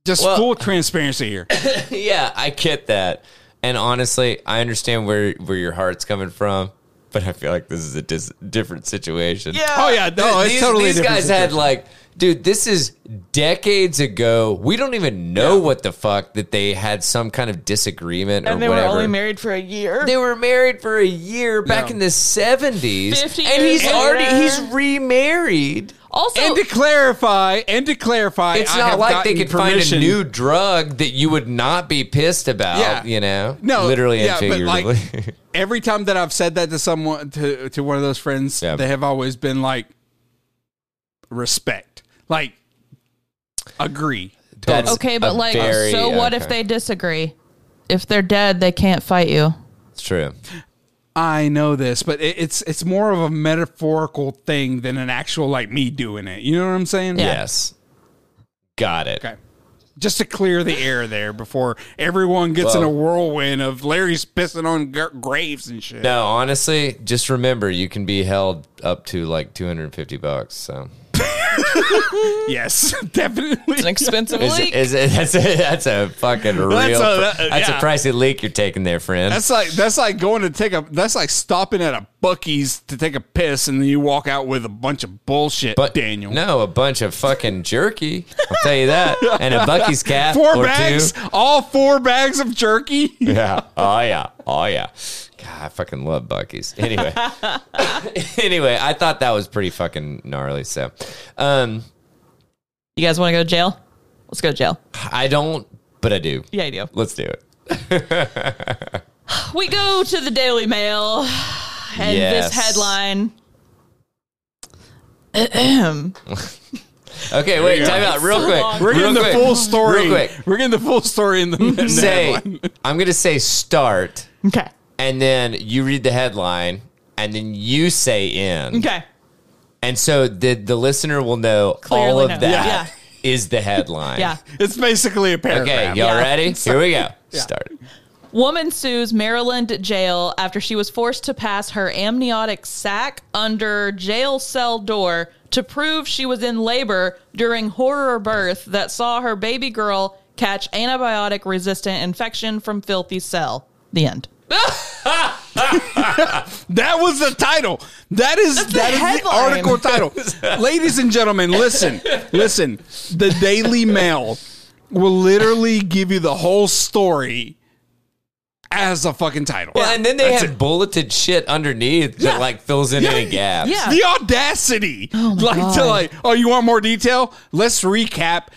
Speaker 1: Just
Speaker 2: Well-
Speaker 1: full transparency here.
Speaker 2: <laughs> yeah, I get that, and honestly, I understand where where your heart's coming from. But I feel like this is a dis- different situation.
Speaker 1: Oh, yeah, no, it's
Speaker 2: these,
Speaker 1: totally a
Speaker 2: These
Speaker 1: different
Speaker 2: guys had
Speaker 1: situation.
Speaker 2: like Dude, this is decades ago. We don't even know
Speaker 1: Yeah.
Speaker 2: what the fuck that they had some kind of disagreement or
Speaker 3: and they
Speaker 2: whatever.
Speaker 3: were only married for a year.
Speaker 2: They were married for a year back
Speaker 1: Yeah.
Speaker 2: in the seventies,
Speaker 3: 50
Speaker 2: and
Speaker 3: years
Speaker 2: he's already
Speaker 3: later.
Speaker 2: he's remarried.
Speaker 3: also,
Speaker 1: and to clarify, and to clarify,
Speaker 2: It's
Speaker 1: I
Speaker 2: not
Speaker 1: have
Speaker 2: like they
Speaker 1: gotten
Speaker 2: could
Speaker 1: permission-
Speaker 2: find a new drug that you would not be pissed about.
Speaker 1: Yeah.
Speaker 2: You know,
Speaker 1: No,
Speaker 2: literally
Speaker 1: yeah,
Speaker 2: and
Speaker 1: but, like,
Speaker 2: figuratively.
Speaker 1: <laughs> every time that I've said that to someone to to one of those friends,
Speaker 2: Yeah.
Speaker 1: they have always been like respect. Like agree.
Speaker 2: That's
Speaker 3: okay,
Speaker 2: a
Speaker 3: but like,
Speaker 2: very-
Speaker 3: so what if
Speaker 2: okay.
Speaker 3: they disagree? If they're dead, they can't fight you.
Speaker 2: It's true.
Speaker 1: I know this, but it, it's it's more of a metaphorical thing than an actual like me doing it. You know what I'm saying?
Speaker 3: Yeah.
Speaker 2: Yes, got it.
Speaker 1: Okay. Just to clear the air there before everyone gets in
Speaker 2: Whoa.
Speaker 1: a whirlwind of Larry's pissing on g- graves and shit.
Speaker 2: No, honestly, just remember you can be held up to like two hundred and fifty bucks. So
Speaker 1: Yes, <laughs> definitely.
Speaker 3: An expensive
Speaker 2: <laughs> is,
Speaker 3: leak.
Speaker 2: is it, <laughs> that's a that's a fucking real
Speaker 1: That's
Speaker 2: that's
Speaker 1: a-
Speaker 2: a,
Speaker 1: that- yeah.
Speaker 2: pricey leak you're taking there, friend.
Speaker 1: That's like that's like going to take a that's like stopping at a Bucky's to take a piss and then you walk out with a bunch of bullshit,
Speaker 2: But
Speaker 1: Daniel.
Speaker 2: No, a bunch of fucking jerky. I'll tell you that. And a Bucky's cap.
Speaker 1: Four
Speaker 2: or
Speaker 1: bags,
Speaker 2: Two.
Speaker 1: all four bags of jerky.
Speaker 2: <laughs> Yeah. Oh yeah. Oh yeah. God, I fucking love Bucky's. Anyway. <laughs> anyway, I thought that was pretty fucking gnarly. So um
Speaker 3: you guys want to go to jail? Let's go to jail.
Speaker 2: I don't but I do.
Speaker 3: Yeah, you do.
Speaker 2: Let's do it.
Speaker 3: We go to the Daily Mail and
Speaker 2: Yes.
Speaker 3: this headline. <clears throat>
Speaker 2: Okay, wait,
Speaker 1: go.
Speaker 2: time out real
Speaker 3: So
Speaker 2: quick.
Speaker 3: long.
Speaker 1: We're
Speaker 2: Real
Speaker 1: getting the
Speaker 2: quick.
Speaker 1: full story.
Speaker 2: Real quick.
Speaker 1: We're getting the full story
Speaker 2: <laughs>
Speaker 1: in the, in the <laughs>
Speaker 2: Say
Speaker 1: headline.
Speaker 2: I'm gonna say start
Speaker 3: Okay.
Speaker 2: and then you read the headline and then you say in.
Speaker 3: Okay.
Speaker 2: And so the the listener will know
Speaker 3: Clearly
Speaker 2: all of
Speaker 3: know.
Speaker 2: that is
Speaker 3: Yeah.
Speaker 2: the headline.
Speaker 3: Yeah.
Speaker 1: It's basically a
Speaker 2: Okay,
Speaker 1: paragraph.
Speaker 2: y'all
Speaker 3: Yeah. <laughs>
Speaker 2: ready? Here we go. Start.
Speaker 3: Woman sues Maryland jail after she was forced to pass her amniotic sac under jail cell door to prove she was in labor during horror birth that saw her baby girl catch antibiotic resistant infection from filthy cell. The end.
Speaker 1: That was the title. That is
Speaker 3: the
Speaker 1: that is the
Speaker 3: headline.
Speaker 2: <laughs>
Speaker 1: article title. Ladies and gentlemen, listen, listen. The Daily Mail will literally give you the whole story as a fucking title.
Speaker 2: Well, and then they
Speaker 1: That's
Speaker 2: had bulleted shit underneath that
Speaker 1: Yeah.
Speaker 2: like fills in
Speaker 1: Yeah.
Speaker 2: any gaps.
Speaker 3: Yeah.
Speaker 1: the audacity.
Speaker 3: my
Speaker 1: like to
Speaker 3: God.
Speaker 1: like, oh, you want more detail? Let's recap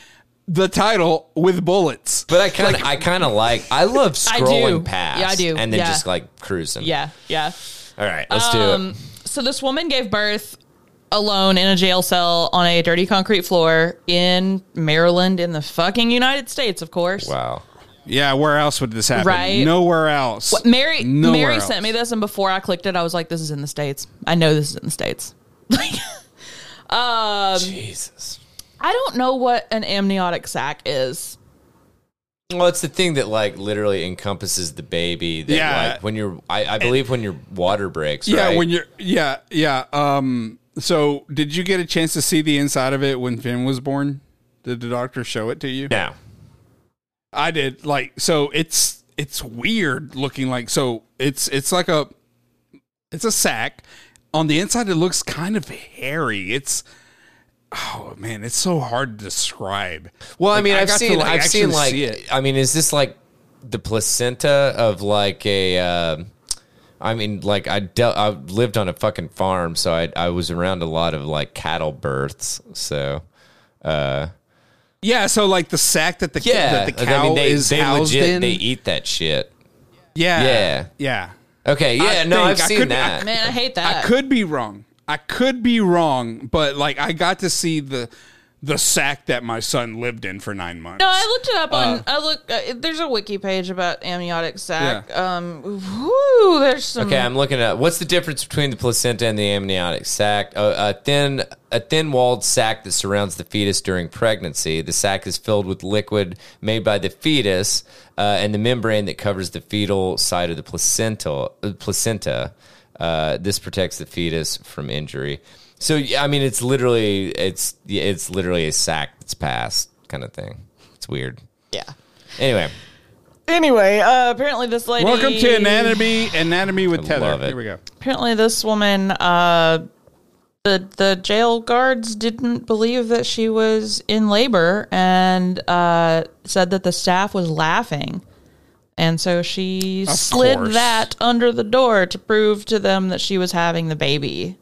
Speaker 1: the title with bullets.
Speaker 2: But I kind of, I kind of like, I love
Speaker 3: I do.
Speaker 2: scrolling past,
Speaker 3: Yeah, I do.
Speaker 2: and then
Speaker 3: Yeah.
Speaker 2: just like cruising.
Speaker 3: Yeah. Um, Yeah.
Speaker 2: All right, let's do it.
Speaker 3: So this woman gave birth alone in a jail cell on a dirty concrete floor in Maryland in the fucking United States, of course.
Speaker 2: Wow.
Speaker 1: Yeah, where else would this happen?
Speaker 3: Right.
Speaker 1: Nowhere else.
Speaker 3: Mary
Speaker 1: Nowhere
Speaker 3: Mary
Speaker 1: else.
Speaker 3: sent me this and before I clicked it I was like this is in the states. I know this is in the states. um,
Speaker 2: Jesus.
Speaker 3: I don't know what an amniotic sac is.
Speaker 2: Well, it's the thing that like literally encompasses the baby. That,
Speaker 1: Yeah.
Speaker 2: Like when you're, I, I believe when your water breaks.
Speaker 1: Yeah,
Speaker 2: right?
Speaker 1: when you're yeah, yeah. Um so did you get a chance to see the inside of it when Finn was born? Did the doctor show it to you?
Speaker 2: now.
Speaker 1: I did. Like so it's it's weird looking like so it's it's like a it's a sack. On the inside it looks kind of hairy. It's oh man, it's so hard to describe.
Speaker 2: Well, I
Speaker 1: Like,
Speaker 2: mean,
Speaker 1: I
Speaker 2: I've
Speaker 1: got to,
Speaker 2: seen,
Speaker 1: like,
Speaker 2: I've seen
Speaker 1: actually
Speaker 2: like,
Speaker 1: see it.
Speaker 2: I mean, is this like the placenta of like a? um I mean, like I dealt, I lived on a fucking farm, so I I was around a lot of like cattle births. So
Speaker 1: Yeah, so like the sack that the
Speaker 2: yeah,
Speaker 1: that the
Speaker 2: like,
Speaker 1: cow
Speaker 2: I mean, they
Speaker 1: is
Speaker 2: they
Speaker 1: housed
Speaker 2: legit
Speaker 1: in.
Speaker 2: they eat that shit.
Speaker 1: yeah.
Speaker 2: Yeah.
Speaker 1: Yeah.
Speaker 2: Okay, yeah,
Speaker 1: I
Speaker 2: no,
Speaker 1: think
Speaker 2: I've
Speaker 1: I
Speaker 2: seen
Speaker 1: could- I
Speaker 2: that.
Speaker 3: Man, I hate
Speaker 1: I
Speaker 3: that.
Speaker 1: could be wrong. I could be wrong, but like I got to see the the sack that my son lived in for nine months.
Speaker 3: no, I looked it up on. I look. Uh, there's a wiki page about amniotic sac. Um, whoo, there's some.
Speaker 2: Okay, I'm looking at what's the difference between the placenta and the amniotic sac. oh, A, a thin, a thin-walled sac that surrounds the fetus during pregnancy. The sac is filled with liquid made by the fetus uh, and the membrane that covers the fetal side of the placental uh, placenta. Uh, this protects the fetus from injury. So, yeah, I mean, it's literally it's yeah, it's literally a sac that's passed kind of thing. It's weird.
Speaker 3: Yeah.
Speaker 2: Anyway,
Speaker 3: Anyway, uh, apparently this lady.
Speaker 1: Welcome to anatomy anatomy with
Speaker 2: I
Speaker 1: Tether.
Speaker 2: love it.
Speaker 1: Here we go.
Speaker 3: Apparently this woman uh, the the jail guards didn't believe that she was in labor and uh, said that the staff was laughing, and so she
Speaker 1: Of
Speaker 3: slid
Speaker 1: course.
Speaker 3: that under the door to prove to them that she was having the baby.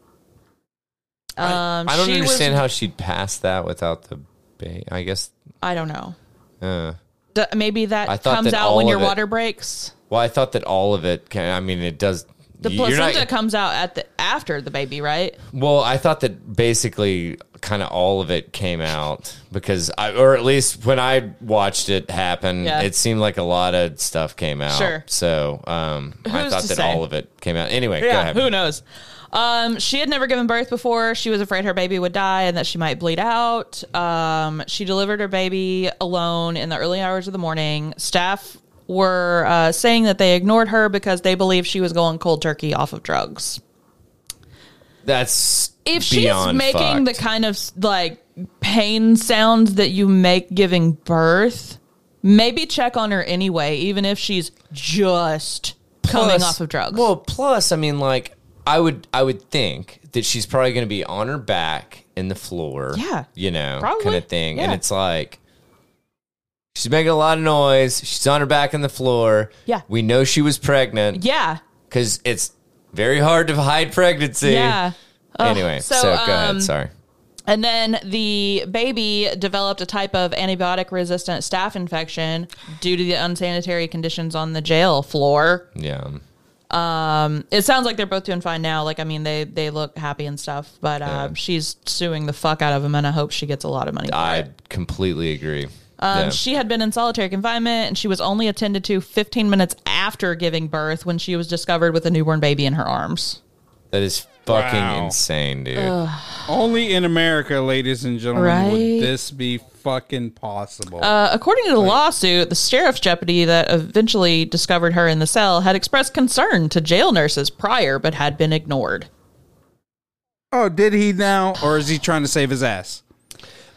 Speaker 3: Um,
Speaker 2: I don't
Speaker 3: she
Speaker 2: understand
Speaker 3: was,
Speaker 2: how she'd pass that without the. Ba- I guess.
Speaker 3: I don't know.
Speaker 2: Uh,
Speaker 3: D- maybe
Speaker 2: I
Speaker 3: that
Speaker 2: thought
Speaker 3: comes
Speaker 2: that
Speaker 3: out
Speaker 2: all
Speaker 3: when
Speaker 2: of
Speaker 3: your
Speaker 2: it-
Speaker 3: water breaks.
Speaker 2: well, I thought that all of it. Can, I mean, it does.
Speaker 3: The
Speaker 2: you're
Speaker 3: placenta
Speaker 2: not-
Speaker 3: comes out at the after the baby, right?
Speaker 2: Well, I thought that basically kind of all of it came out because I, or at least when I watched it happen,
Speaker 3: Yeah.
Speaker 2: it seemed like a lot of stuff came out.
Speaker 3: Sure.
Speaker 2: So um, I
Speaker 3: Who's
Speaker 2: thought
Speaker 3: to
Speaker 2: that
Speaker 3: say?
Speaker 2: all of it came out. Anyway, go
Speaker 3: Yeah,
Speaker 2: ahead.
Speaker 3: who knows? Um, she had never given birth before. She was afraid her baby would die and that she might bleed out. Um, she delivered her baby alone in the early hours of the morning. Staff were uh, saying that they ignored her because they believed she was going cold turkey off of drugs.
Speaker 2: That's
Speaker 3: If she's
Speaker 2: beyond
Speaker 3: making the
Speaker 2: fucked.
Speaker 3: kind of like pain sounds that you make giving birth, maybe check on her anyway, even if she's just coming
Speaker 2: Plus-
Speaker 3: off of drugs.
Speaker 2: Well, plus, I mean, like, I would, I would think that she's probably going to be on her back in the floor.
Speaker 3: Yeah.
Speaker 2: you know,
Speaker 3: Probably.
Speaker 2: kind of thing. And
Speaker 3: Yeah.
Speaker 2: it's like she's making a lot of noise. She's on her back in the floor.
Speaker 3: Yeah.
Speaker 2: we know she was pregnant
Speaker 3: yeah,
Speaker 2: because it's very hard to hide pregnancy.
Speaker 3: yeah.
Speaker 2: Anyway, so,
Speaker 3: so,
Speaker 2: go
Speaker 3: um,
Speaker 2: ahead. Sorry.
Speaker 3: And then the baby developed a type of antibiotic resistant staph infection due to the unsanitary conditions on the jail floor.
Speaker 2: Yeah.
Speaker 3: It sounds like they're both doing fine now. Like, I mean, they, they look happy and stuff, but uh,
Speaker 2: Yeah.
Speaker 3: she's suing the fuck out of him, and I hope she gets a lot of money. for it.
Speaker 2: I completely agree.
Speaker 3: Um,
Speaker 2: Yeah.
Speaker 3: She had been in solitary confinement, and she was only attended to 15 minutes after giving birth when she was discovered with a newborn baby in her arms.
Speaker 2: that is fucking
Speaker 1: Wow.
Speaker 2: insane, dude.
Speaker 1: Only in America, ladies and gentlemen,
Speaker 3: Right?
Speaker 1: would this be fucking possible.
Speaker 3: Uh, according to the lawsuit, the sheriff's deputy that eventually discovered her in the cell had expressed concern to jail nurses prior, but had been ignored.
Speaker 1: oh, did he now, or is he trying to save his ass?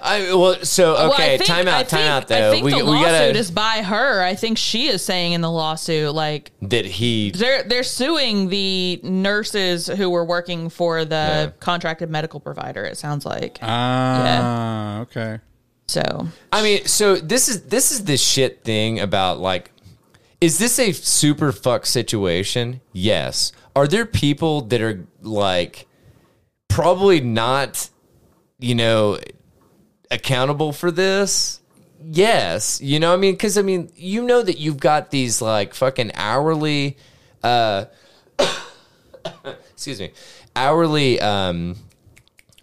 Speaker 2: I well, so okay.
Speaker 3: Well, I think-
Speaker 2: time out.
Speaker 3: I
Speaker 2: time
Speaker 3: think-
Speaker 2: out. Though
Speaker 3: I think
Speaker 2: we
Speaker 3: the
Speaker 2: we
Speaker 3: lawsuit
Speaker 2: gotta
Speaker 3: is by her. I think she is saying in the lawsuit, like
Speaker 2: that he
Speaker 3: they're they're suing the nurses who were working for the contracted medical provider. It sounds like
Speaker 2: Uh,
Speaker 1: Ah, okay.
Speaker 3: so.
Speaker 2: I mean, so this is this is the shit thing about like, is this a super fuck situation? Yes. Are there people that are like probably not, you know, accountable for this? Yes. You know, what I mean, because I mean, you know that you've got these like fucking hourly, uh, <coughs> excuse me, hourly, um,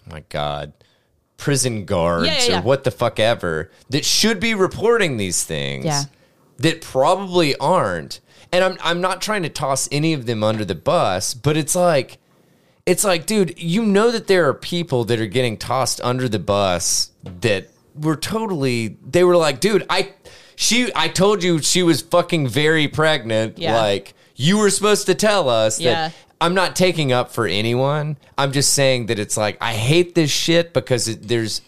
Speaker 2: my God, prison guards
Speaker 3: Yeah, yeah, yeah.
Speaker 2: or what the fuck ever that should be reporting these things
Speaker 3: Yeah.
Speaker 2: that probably aren't. And I'm I'm not trying to toss any of them under the bus, but it's like it's like, dude, you know that there are people that are getting tossed under the bus that were totally they were like, dude, I she I told you she was fucking very pregnant.
Speaker 3: Yeah.
Speaker 2: Like you were supposed to tell us that
Speaker 3: Yeah.
Speaker 2: I'm not taking up for anyone. I'm just saying that it's like I hate this shit because it, there's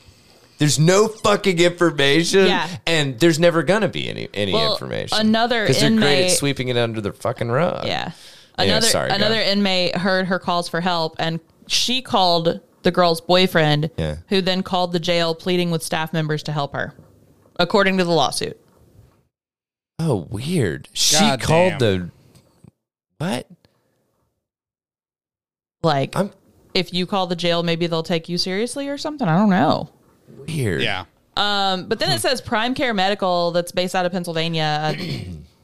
Speaker 2: there's no fucking information,
Speaker 3: Yeah.
Speaker 2: and there's never gonna be any any
Speaker 3: Well,
Speaker 2: information.
Speaker 3: another
Speaker 2: because they're great at
Speaker 3: inmate-
Speaker 2: sweeping it under the fucking rug.
Speaker 3: Yeah.
Speaker 2: Anyway,
Speaker 3: Another
Speaker 2: sorry, go
Speaker 3: another
Speaker 2: ahead.
Speaker 3: inmate heard her calls for help and she called the girl's boyfriend
Speaker 2: Yeah.
Speaker 3: who then called the jail pleading with staff members to help her. According to the lawsuit.
Speaker 2: Oh, weird. She
Speaker 1: God
Speaker 2: called
Speaker 1: damn.
Speaker 2: the what?
Speaker 3: Like
Speaker 2: I'm
Speaker 3: if you call the jail maybe they'll take you seriously or something. I don't know.
Speaker 2: weird.
Speaker 1: Yeah.
Speaker 3: Um, but then it says Prime Care Medical, that's based out of Pennsylvania. uh, <clears throat>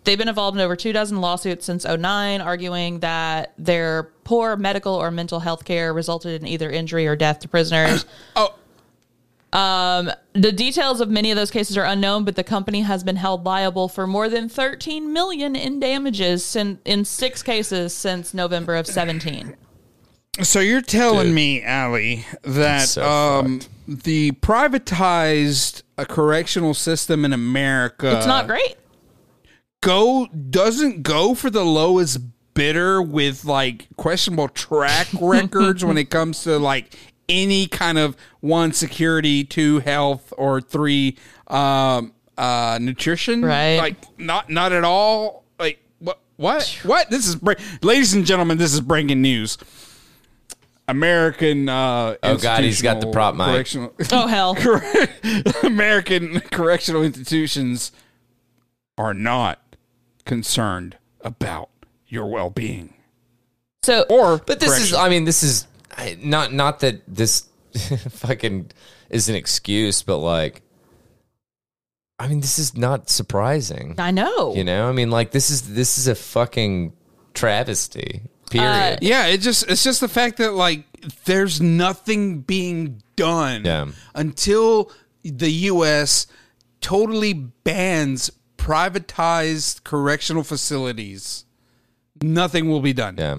Speaker 3: They've been involved in over two dozen lawsuits since 09, arguing that their poor medical or mental health care resulted in either injury or death to prisoners.
Speaker 1: Oh.
Speaker 3: Um, the details of many of those cases are unknown, but the company has been held liable for more than 13 million in damages sin- in six cases since November of 17.
Speaker 1: So you're telling
Speaker 2: Dude.
Speaker 1: me, Allie, that
Speaker 2: so
Speaker 1: um, the privatized uh, correctional system in America
Speaker 3: It's not great.
Speaker 1: go doesn't go for the lowest bidder with like questionable track records when it comes to like any kind of one security, two health, or three um, uh, nutrition.
Speaker 3: Right.
Speaker 1: Like not not at all. Like what what what? This is br- ladies and gentlemen. This is breaking news. American. Uh,
Speaker 2: Oh, God, he's got the prop mic.
Speaker 1: correctional- <laughs>
Speaker 3: Oh hell.
Speaker 1: correct- <laughs> American correctional institutions are not concerned about your well being.
Speaker 3: So
Speaker 1: Or
Speaker 2: But this is,
Speaker 1: correction.
Speaker 2: I mean, this is I- not not that this <laughs> fucking is an excuse, but like, I mean, this is not surprising.
Speaker 3: I know.
Speaker 2: You know, I mean, like this is this is a fucking travesty.
Speaker 3: Uh,
Speaker 2: Period.
Speaker 1: yeah. It just it's just the fact that like there's nothing being done
Speaker 2: Yeah.
Speaker 1: until the U.S. totally bans privatized correctional facilities. Nothing will be done.
Speaker 2: yeah.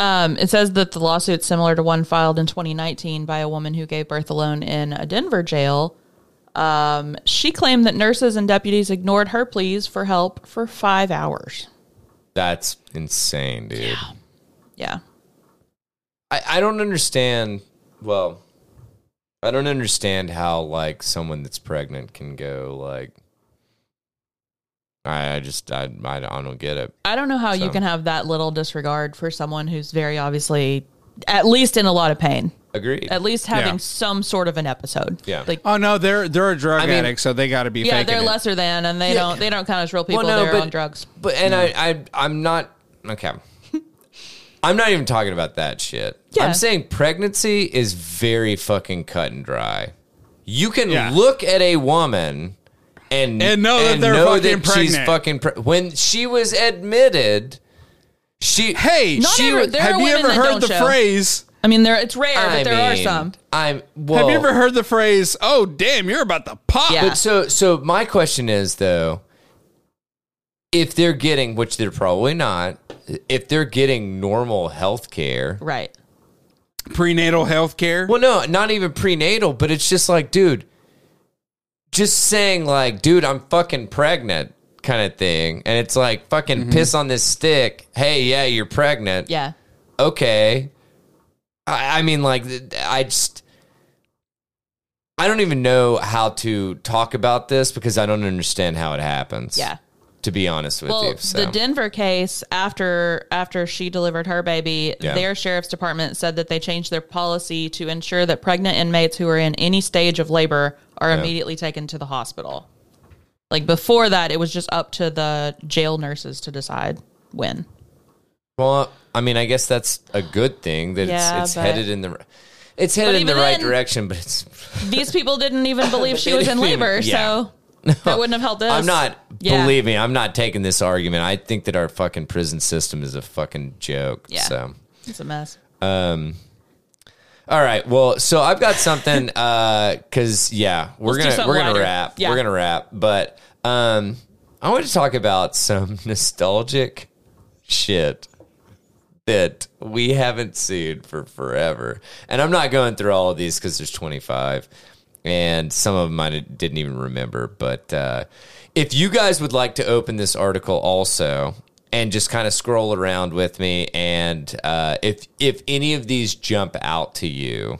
Speaker 3: Um, it says that the lawsuit's similar to one filed in 2019 by a woman who gave birth alone in a Denver jail. Um, she claimed that nurses and deputies ignored her pleas for help for five hours.
Speaker 2: That's insane, dude.
Speaker 3: Yeah.
Speaker 2: I, I don't understand. Well, I don't understand how like someone that's pregnant can go like. I, I just I, I don't- I don't get it.
Speaker 3: I don't know how you
Speaker 2: So-
Speaker 3: can have that little disregard for someone who's very obviously, at least in a lot of pain,
Speaker 2: Agreed.
Speaker 3: at least having
Speaker 1: Yeah.
Speaker 3: some sort of an episode.
Speaker 2: Yeah.
Speaker 3: Like,
Speaker 1: Oh no, they're they're a drug
Speaker 2: I mean-
Speaker 1: addict, so they got to be.
Speaker 3: yeah,
Speaker 1: faking
Speaker 3: they're
Speaker 1: it.
Speaker 3: lesser than, and they
Speaker 2: Yeah.
Speaker 3: don't they don't count as real people. they're on drugs.
Speaker 2: But and I, I I'm not okay. <laughs> I'm not even talking about that shit.
Speaker 3: Yeah.
Speaker 2: I'm saying pregnancy is very fucking cut and dry. You can
Speaker 1: Yeah.
Speaker 2: look at a woman and
Speaker 1: And know that they're fucking
Speaker 2: she's
Speaker 1: pregnant.
Speaker 2: fucking pre- when she was admitted. She
Speaker 1: Hey,
Speaker 3: Not
Speaker 1: she-
Speaker 3: every- there are
Speaker 1: have you
Speaker 3: women
Speaker 1: ever
Speaker 3: that
Speaker 1: heard
Speaker 3: don't
Speaker 1: the
Speaker 3: show.
Speaker 1: phrase?
Speaker 3: I mean, there it's rare,
Speaker 2: I
Speaker 3: but there
Speaker 2: mean,
Speaker 3: are some.
Speaker 2: I'm well,
Speaker 1: Have you ever heard the phrase? Oh, damn, you're about to pop.
Speaker 3: Yeah.
Speaker 2: But so so my question is though, if they're getting which they're probably not, if they're getting normal health care,
Speaker 3: Right.
Speaker 1: Prenatal health care.
Speaker 2: well no, not even prenatal, but it's just like, dude, just saying like, dude, I'm fucking pregnant kind of thing. And it's like fucking piss on this stick. Hey, yeah, you're pregnant.
Speaker 3: Yeah.
Speaker 2: Okay. I, I mean like th- I just I don't even know how to talk about this because I don't understand how it happens.
Speaker 3: Yeah.
Speaker 2: To be honest with
Speaker 3: Well,
Speaker 2: you. So.
Speaker 3: the Denver case after after she delivered her baby,
Speaker 2: Yeah.
Speaker 3: their sheriff's department said that they changed their policy to ensure that pregnant inmates who are in any stage of labor are immediately taken to the hospital. Like before that, it was just up to the jail nurses to decide when.
Speaker 2: Well, I mean, I guess that's a good thing that
Speaker 3: Yeah,
Speaker 2: it's, it's
Speaker 3: but-
Speaker 2: headed in the r- it's headed in the
Speaker 3: even
Speaker 2: right
Speaker 3: then-
Speaker 2: direction, but it's
Speaker 3: These people didn't even believe she
Speaker 2: <laughs>
Speaker 3: was in labor, so that wouldn't have helped us.
Speaker 2: I'm not
Speaker 3: Yeah.
Speaker 2: believe me, I'm not taking this argument. I think that our fucking prison system is a fucking joke.
Speaker 3: Yeah.
Speaker 2: So
Speaker 3: It's a mess.
Speaker 2: all right. Well, so I've got
Speaker 3: <laughs>
Speaker 2: something uh cuz yeah, we're
Speaker 3: Let's do
Speaker 2: going to
Speaker 3: something
Speaker 2: we're going to
Speaker 3: lighter.
Speaker 2: wrap.
Speaker 3: Yeah.
Speaker 2: We're going to wrap, but um I want to talk about some <laughs> nostalgic shit that we haven't seen for forever. And I'm not going through all of these because there's 25, and some of them I didn't even remember. But uh, if you guys would like to open this article also and just kind of scroll around with me, and uh, if if any of these jump out to you.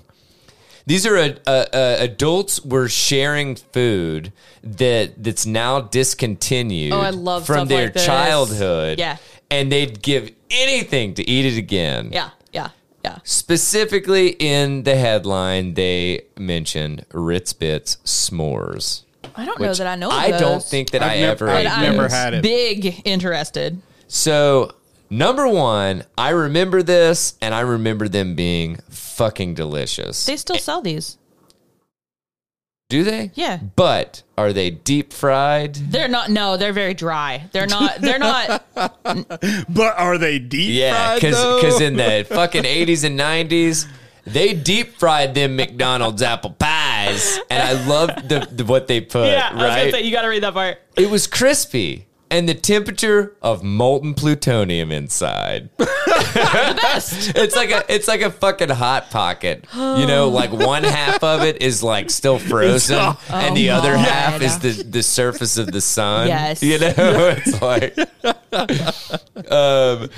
Speaker 2: These are a, uh uh adults were sharing food that that's now discontinued
Speaker 3: Oh, I love
Speaker 2: from
Speaker 3: stuff
Speaker 2: their
Speaker 3: like this.
Speaker 2: childhood
Speaker 3: Yeah.
Speaker 2: and they'd give anything to eat it again.
Speaker 3: Yeah. Yeah. Yeah.
Speaker 2: Specifically in the headline, they mentioned Ritz Bits s'mores.
Speaker 3: I don't know
Speaker 2: which
Speaker 3: that I know. Of
Speaker 2: I don't
Speaker 3: those,
Speaker 2: think that i
Speaker 1: I've nev-
Speaker 2: ever.
Speaker 1: I've
Speaker 2: ate
Speaker 1: never
Speaker 2: those.
Speaker 1: had it.
Speaker 3: Big interested.
Speaker 2: So number one, I remember this, and I remember them being fucking delicious.
Speaker 3: They still sell these.
Speaker 2: Do they?
Speaker 3: Yeah.
Speaker 2: But are they deep fried?
Speaker 3: They're not. No, they're very dry. They're <laughs> not. They're not.
Speaker 1: But are they deep
Speaker 2: Yeah,
Speaker 1: fried?
Speaker 2: because
Speaker 1: though?
Speaker 2: in the fucking eighties and nineties, they deep fried them McDonald's apple pies, and I love the, the what they put. right,
Speaker 3: you got to read that part.
Speaker 2: it was crispy and the temperature of molten plutonium
Speaker 3: <laughs>
Speaker 2: inside. <laughs> it's like a it's like a fucking hot pocket. You know, like one half of it is like still frozen,
Speaker 1: all-
Speaker 2: and the
Speaker 3: Oh. <laughs> Oh
Speaker 2: other
Speaker 3: my.
Speaker 2: half is the the surface of the sun.
Speaker 3: Yes.
Speaker 2: you know, <laughs> it's like. um,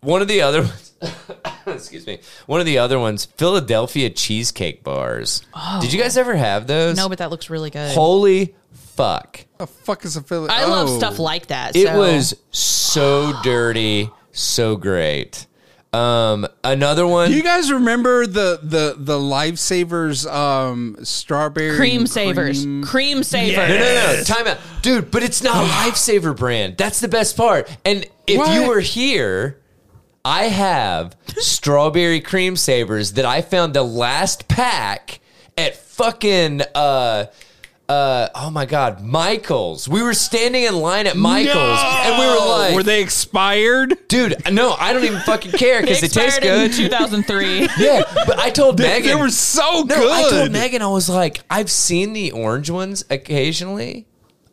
Speaker 2: one of the other ones, <coughs> excuse me. One of the other ones, Philadelphia cheesecake bars. Did you guys ever have those?
Speaker 3: Oh. No, but that looks really good.
Speaker 2: Holy fuck!
Speaker 1: the fuck is a Philly?
Speaker 3: I love
Speaker 1: Oh.
Speaker 3: stuff like that.
Speaker 2: It
Speaker 3: so-
Speaker 2: was so dirty, so great. Um, another one.
Speaker 1: Do you guys remember the the the lifesavers um strawberry
Speaker 3: Cream savers.
Speaker 1: cream?
Speaker 3: Cream savers.
Speaker 2: no, no, no. Time out, dude. But it's
Speaker 1: <sighs>
Speaker 2: not Lifesaver brand. That's the best part. And if you
Speaker 1: What?
Speaker 2: were here, I have strawberry cream savers that I found the last pack at fucking. uh uh, oh my God, Michaels! We were standing in line at Michaels, and we were like,
Speaker 1: were they expired?
Speaker 2: "Dude, no, I don't even fucking care because
Speaker 3: They
Speaker 2: they taste
Speaker 3: expired in
Speaker 2: good." <laughs>
Speaker 3: 2003.
Speaker 2: Yeah, but I told Megan
Speaker 1: They were so
Speaker 2: no,
Speaker 1: good.
Speaker 2: I told Megan I was like, I've seen the orange ones occasionally.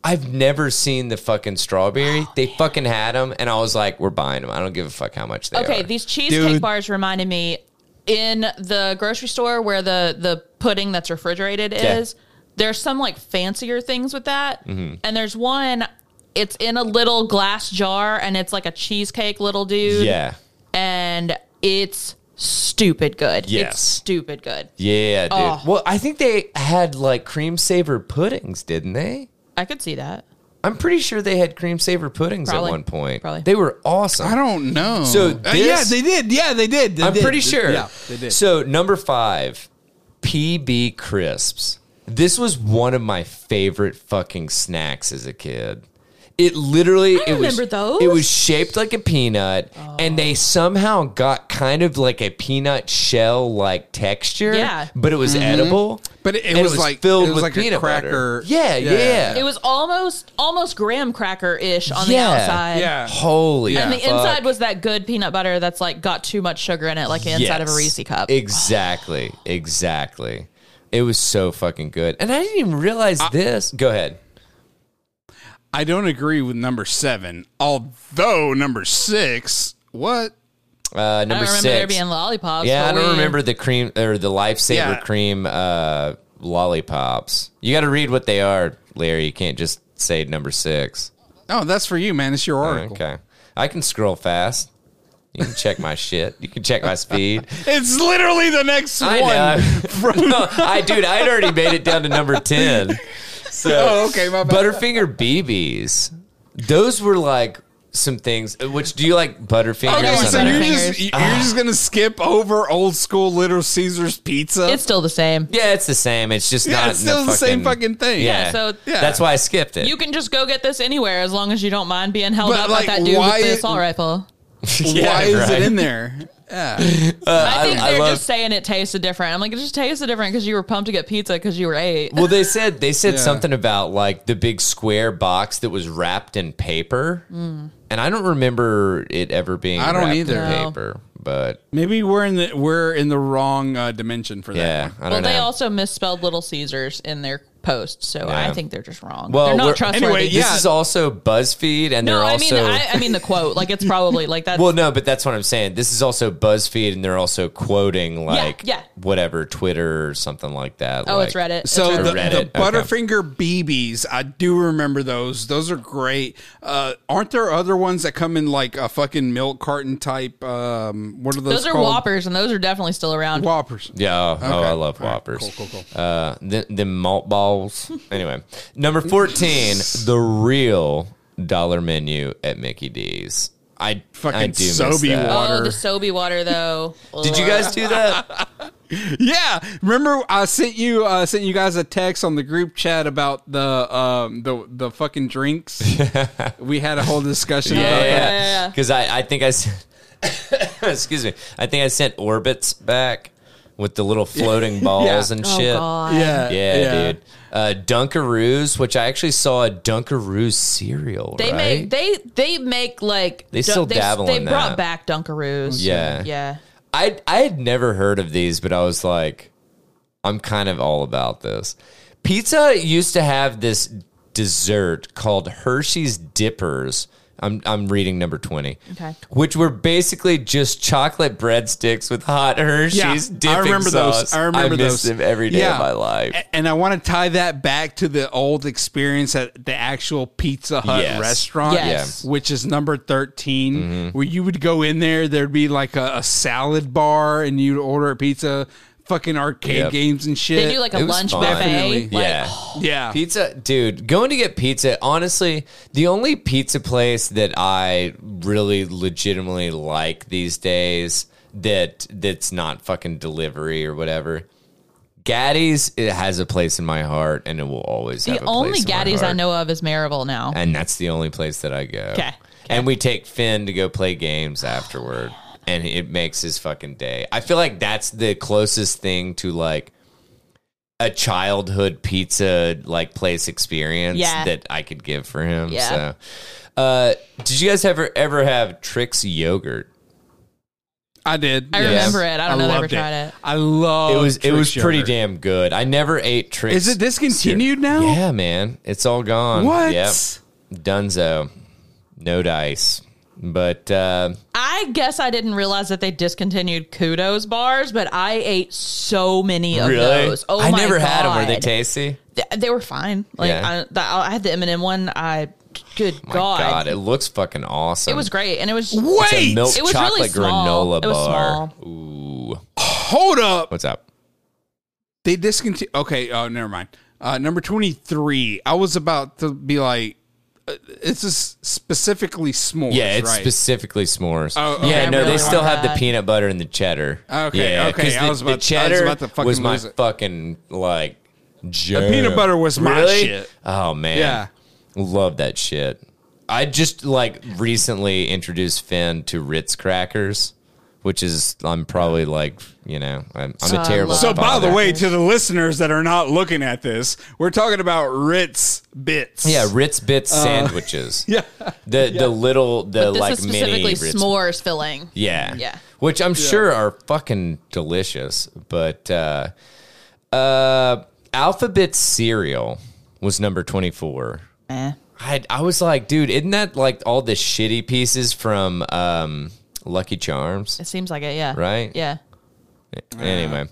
Speaker 2: I've never seen the fucking strawberry.
Speaker 3: Oh,
Speaker 2: they fucking had them, and I was like, we're buying them. I don't give a fuck how much they
Speaker 3: Okay,
Speaker 2: are.
Speaker 3: these cheesecake
Speaker 1: Dude.
Speaker 3: bars reminded me in the grocery store where the the pudding that's refrigerated
Speaker 2: Yeah. Mm-hmm.
Speaker 3: is. There's some like fancier things with that, and there's one. It's in a little glass jar, and it's like a cheesecake little dude.
Speaker 2: yeah,
Speaker 3: and it's stupid good.
Speaker 2: Yes.
Speaker 3: it's stupid good.
Speaker 2: yeah, dude.
Speaker 3: Oh.
Speaker 2: Well, I think they had like cream saver puddings, didn't they?
Speaker 3: I could see that.
Speaker 2: I'm pretty sure they had cream saver puddings
Speaker 3: Probably.
Speaker 2: at one point.
Speaker 3: Probably.
Speaker 2: They were awesome.
Speaker 1: I don't know.
Speaker 2: So
Speaker 1: Uh, yeah,
Speaker 2: this-
Speaker 1: they did. Yeah, they did. They
Speaker 2: I'm
Speaker 1: did.
Speaker 2: pretty sure.
Speaker 1: Yeah, they did.
Speaker 2: So number five, PB crisps. This was one of my favorite fucking snacks as a kid. It literally it
Speaker 3: I
Speaker 2: was
Speaker 3: remember those. Oh.
Speaker 2: it was shaped like a peanut and they somehow got kind of like a peanut shell like texture.
Speaker 3: Yeah.
Speaker 2: But it was edible.
Speaker 1: Mm-hmm. But it- it
Speaker 2: and
Speaker 1: was like-
Speaker 2: filled
Speaker 1: it
Speaker 2: with
Speaker 1: was like a
Speaker 2: peanut butter.
Speaker 1: cracker.
Speaker 2: Yeah, yeah.
Speaker 1: Yeah.
Speaker 3: It was almost almost graham cracker ish on
Speaker 2: Yeah.
Speaker 3: the outside.
Speaker 1: Yeah.
Speaker 2: Holy
Speaker 1: And
Speaker 3: And the
Speaker 2: fuck.
Speaker 3: inside was that good peanut butter that's like got too much sugar in it, like the inside of a
Speaker 2: Yes.
Speaker 3: Reese cup.
Speaker 2: Exactly. Exactly. It was so fucking good. And I didn't even realize this. Go ahead.
Speaker 1: I don't agree with number seven. Although number six, what?
Speaker 2: Uh,
Speaker 3: I
Speaker 2: number
Speaker 3: don't remember there
Speaker 2: six.
Speaker 3: being lollipops.
Speaker 2: yeah, I
Speaker 3: but
Speaker 2: don't
Speaker 3: we-
Speaker 2: remember the cream or the lifesaver
Speaker 1: Yeah.
Speaker 2: cream uh, lollipops. You got to read what they are, Larry. You can't just say number six.
Speaker 1: Oh, that's for you, man. It's your article.
Speaker 2: Okay. I can scroll fast. You can check my shit. You can check my <laughs> speed.
Speaker 1: It's literally the next
Speaker 2: I <laughs>
Speaker 1: one. <laughs>
Speaker 2: know. no, I dude, I'd already made it down to number ten. So
Speaker 1: Oh, okay, my bad.
Speaker 2: Butterfinger BBs. Those were like some things. uh, Which do you like Butterfingers?
Speaker 1: Okay,
Speaker 3: Here's
Speaker 1: so
Speaker 2: on
Speaker 3: another.
Speaker 1: you're
Speaker 2: there?
Speaker 1: just you're
Speaker 2: Ah.
Speaker 1: just gonna skip over old school Little Caesars pizza.
Speaker 3: It's still the same.
Speaker 2: yeah, it's the same. It's just
Speaker 1: <laughs> yeah,
Speaker 2: not
Speaker 1: it's still
Speaker 2: in
Speaker 1: the same fucking thing.
Speaker 2: Yeah,
Speaker 3: Yeah, so-
Speaker 1: Yeah.
Speaker 2: that's why I skipped it. <laughs>
Speaker 3: You can just go get this anywhere as long as you don't mind being held
Speaker 1: But,
Speaker 3: up
Speaker 1: like,
Speaker 3: like that dude
Speaker 1: why-
Speaker 3: with the assault rifle.
Speaker 2: Yeah,
Speaker 1: Why is
Speaker 2: right.
Speaker 1: it in there? Yeah.
Speaker 3: I think
Speaker 2: Uh, I
Speaker 3: they're
Speaker 2: love-
Speaker 3: just saying it tasted different. I'm like, it just tasted different because you were pumped to get pizza because you were eight.
Speaker 2: Well, they said they said
Speaker 1: Yeah.
Speaker 2: something about like the big square box that was wrapped in paper, and I don't remember it ever being.
Speaker 1: I don't
Speaker 2: wrapped
Speaker 1: either.
Speaker 2: In
Speaker 3: Mm. No.
Speaker 2: paper, but
Speaker 1: Maybe we're in the we're in the wrong uh, dimension for that.
Speaker 2: yeah,
Speaker 1: one.
Speaker 2: I
Speaker 3: Well,
Speaker 2: don't
Speaker 3: they
Speaker 2: know.
Speaker 3: also misspelled Little Caesars in their post, so
Speaker 2: Yeah.
Speaker 3: I think they're just wrong.
Speaker 2: Well,
Speaker 3: they're
Speaker 2: we're-
Speaker 3: not trustworthy.
Speaker 1: anyway, yeah.
Speaker 2: This is also BuzzFeed, and
Speaker 3: No,
Speaker 2: they're
Speaker 3: I mean,
Speaker 2: also.
Speaker 3: I, I mean the quote. Like it's probably like that's
Speaker 2: <laughs> well, no, but that's what I'm saying. This is also BuzzFeed, and they're also quoting like
Speaker 3: yeah.
Speaker 2: whatever Twitter or something like that.
Speaker 3: oh,
Speaker 2: like,
Speaker 3: it's Reddit. It's
Speaker 1: So
Speaker 3: Reddit.
Speaker 1: the,
Speaker 2: Reddit,
Speaker 1: the
Speaker 2: okay.
Speaker 1: Butterfinger BBs, I do remember those. Those are great. Uh, aren't there other ones that come in like a fucking milk carton type? Um, what are those?
Speaker 3: those are
Speaker 1: called?
Speaker 3: Whoppers, and those are definitely still around.
Speaker 1: Whoppers.
Speaker 2: Yeah. Oh, oh, I love
Speaker 1: All right,
Speaker 2: Whoppers.
Speaker 1: cool, cool,
Speaker 2: Uh, the, the malt
Speaker 3: <laughs>
Speaker 2: balls. anyway, number 14, the real dollar menu at Mickey D's. I I
Speaker 1: Fucking
Speaker 2: do miss
Speaker 1: Sobe
Speaker 2: that.
Speaker 1: water.
Speaker 3: Oh, the Sobe water though.
Speaker 2: Did you guys do
Speaker 3: <laughs>
Speaker 2: that?
Speaker 1: Yeah, remember I sent you uh, sent you guys a text on the group chat about the um, the the fucking
Speaker 2: <laughs>
Speaker 1: drinks. we had a whole discussion. about that.
Speaker 3: yeah, yeah, yeah.
Speaker 2: Because Oh, I, I think I sent, <coughs> excuse me, I think I sent Orbits back with the little floating balls and
Speaker 3: Oh
Speaker 2: shit.
Speaker 3: God.
Speaker 1: yeah,
Speaker 2: Yeah, dude. Uh, Dunkaroos, which I actually saw a Dunkaroos cereal.
Speaker 3: They
Speaker 2: right?
Speaker 3: make they they make like
Speaker 2: They still
Speaker 3: they,
Speaker 2: dabble
Speaker 3: They
Speaker 2: in that.
Speaker 3: brought back Dunkaroos.
Speaker 2: Yeah.
Speaker 3: yeah.
Speaker 2: I I had never heard of these, but I was like, I'm kind of all about this. Pizza used to have this dessert called Hershey's Dippers. I'm I'm reading number twenty,
Speaker 3: Okay.
Speaker 2: which were basically just chocolate breadsticks with hot Hershey's dipping
Speaker 1: I remember
Speaker 2: sauce.
Speaker 1: those. I remember
Speaker 2: miss
Speaker 1: those
Speaker 2: them every day
Speaker 1: Yeah.
Speaker 2: of my life.
Speaker 1: A- And I want to tie that back to the old experience at the actual Pizza Hut
Speaker 2: Yes. Mm-hmm.
Speaker 1: restaurant,
Speaker 3: Yes. Yeah.
Speaker 1: which is number 13, where you would go in there, there'd be like a, a salad bar, and you'd order a pizza. fucking arcade
Speaker 2: Yep.
Speaker 1: games and shit.
Speaker 3: They do like a
Speaker 2: It was
Speaker 3: lunch
Speaker 2: fun.
Speaker 3: buffet.
Speaker 1: Definitely.
Speaker 3: Like, oh.
Speaker 2: yeah.
Speaker 1: yeah,
Speaker 2: Pizza, dude, going to get pizza. Honestly, the only pizza place that I really legitimately like these days that that's not fucking delivery or whatever. Gaddy's it has a place in my heart and it will always have
Speaker 3: The
Speaker 2: a
Speaker 3: only
Speaker 2: place in my
Speaker 3: Gaddies I
Speaker 2: heart.
Speaker 3: know of is Maryville now.
Speaker 2: and that's the only place that I go.
Speaker 3: 'Kay.
Speaker 2: And we take Finn to go play games afterward and it makes his fucking day. I feel like that's the closest thing to like a childhood pizza like place experience
Speaker 3: Yeah.
Speaker 2: that I could give for him.
Speaker 3: Yeah.
Speaker 2: So uh did you guys ever ever have Trix yogurt?
Speaker 1: I did.
Speaker 3: I remember it. I don't know if I ever
Speaker 1: loved
Speaker 3: tried it.
Speaker 1: I love
Speaker 2: It was it was pretty
Speaker 1: damn.
Speaker 2: damn good. I never ate Trix.
Speaker 1: Oh, Is it discontinued now?
Speaker 2: Yeah, man. It's all gone.
Speaker 1: What?
Speaker 2: Yep. Dunzo. No dice. But uh
Speaker 3: I guess I didn't realize that they discontinued kudos bars, but I ate so many of those. Oh,
Speaker 2: I
Speaker 3: my
Speaker 2: never had them. Were they
Speaker 3: God.
Speaker 2: tasty?
Speaker 3: Th- they were fine. Like
Speaker 2: Yeah.
Speaker 3: I, the, I had the M and M one. I good
Speaker 2: My
Speaker 3: god.
Speaker 2: God. it looks fucking awesome.
Speaker 3: it was great, and it was
Speaker 2: It's a
Speaker 1: Wait,
Speaker 2: milk
Speaker 3: It was
Speaker 2: chocolate
Speaker 3: really small.
Speaker 2: granola
Speaker 3: It was
Speaker 2: bar.
Speaker 3: small.
Speaker 2: Ooh,
Speaker 1: hold up.
Speaker 2: what's up?
Speaker 1: They discontinued. Okay, oh, never mind. Uh, number twenty-three. I was about to be like, uh, it's just specifically s'mores.
Speaker 2: Yeah, it's
Speaker 1: right?
Speaker 2: specifically s'mores.
Speaker 1: Oh, okay.
Speaker 2: Yeah,
Speaker 1: I
Speaker 2: no,
Speaker 1: really
Speaker 2: they
Speaker 1: want
Speaker 2: still have the
Speaker 3: that.
Speaker 2: peanut butter and the cheddar.
Speaker 1: Okay,
Speaker 2: yeah,
Speaker 1: okay,
Speaker 2: 'cause
Speaker 1: I
Speaker 2: The,
Speaker 1: was
Speaker 2: the
Speaker 1: about- I was
Speaker 2: cheddar
Speaker 1: about to fucking
Speaker 2: was my
Speaker 1: lose it.
Speaker 2: fucking like. Jam.
Speaker 1: peanut butter was my
Speaker 2: Really?
Speaker 1: shit.
Speaker 2: Oh man,
Speaker 1: Yeah.
Speaker 2: love that shit. I just like recently introduced Finn to Ritz crackers, which is I'm probably like you know I'm, I'm a
Speaker 3: I
Speaker 2: terrible.
Speaker 3: love
Speaker 1: So, by the
Speaker 2: father.
Speaker 1: way, to the listeners that are not looking at this, we're talking about Ritz bits.
Speaker 2: Yeah,
Speaker 1: <laughs>
Speaker 2: Ritz Bits sandwiches.
Speaker 1: Uh, yeah.
Speaker 2: The the little the
Speaker 3: This
Speaker 2: like
Speaker 3: is
Speaker 2: mini
Speaker 3: specifically
Speaker 2: Ritz.
Speaker 3: s'mores filling.
Speaker 2: Yeah.
Speaker 3: Yeah.
Speaker 2: Which I'm sure are fucking delicious, but uh uh Alphabet cereal was number 24.
Speaker 3: Eh.
Speaker 2: I I was like, dude, isn't that like all the shitty pieces from um Lucky Charms?
Speaker 3: It seems like it. Yeah.
Speaker 2: Right?
Speaker 3: Yeah.
Speaker 2: Anyway.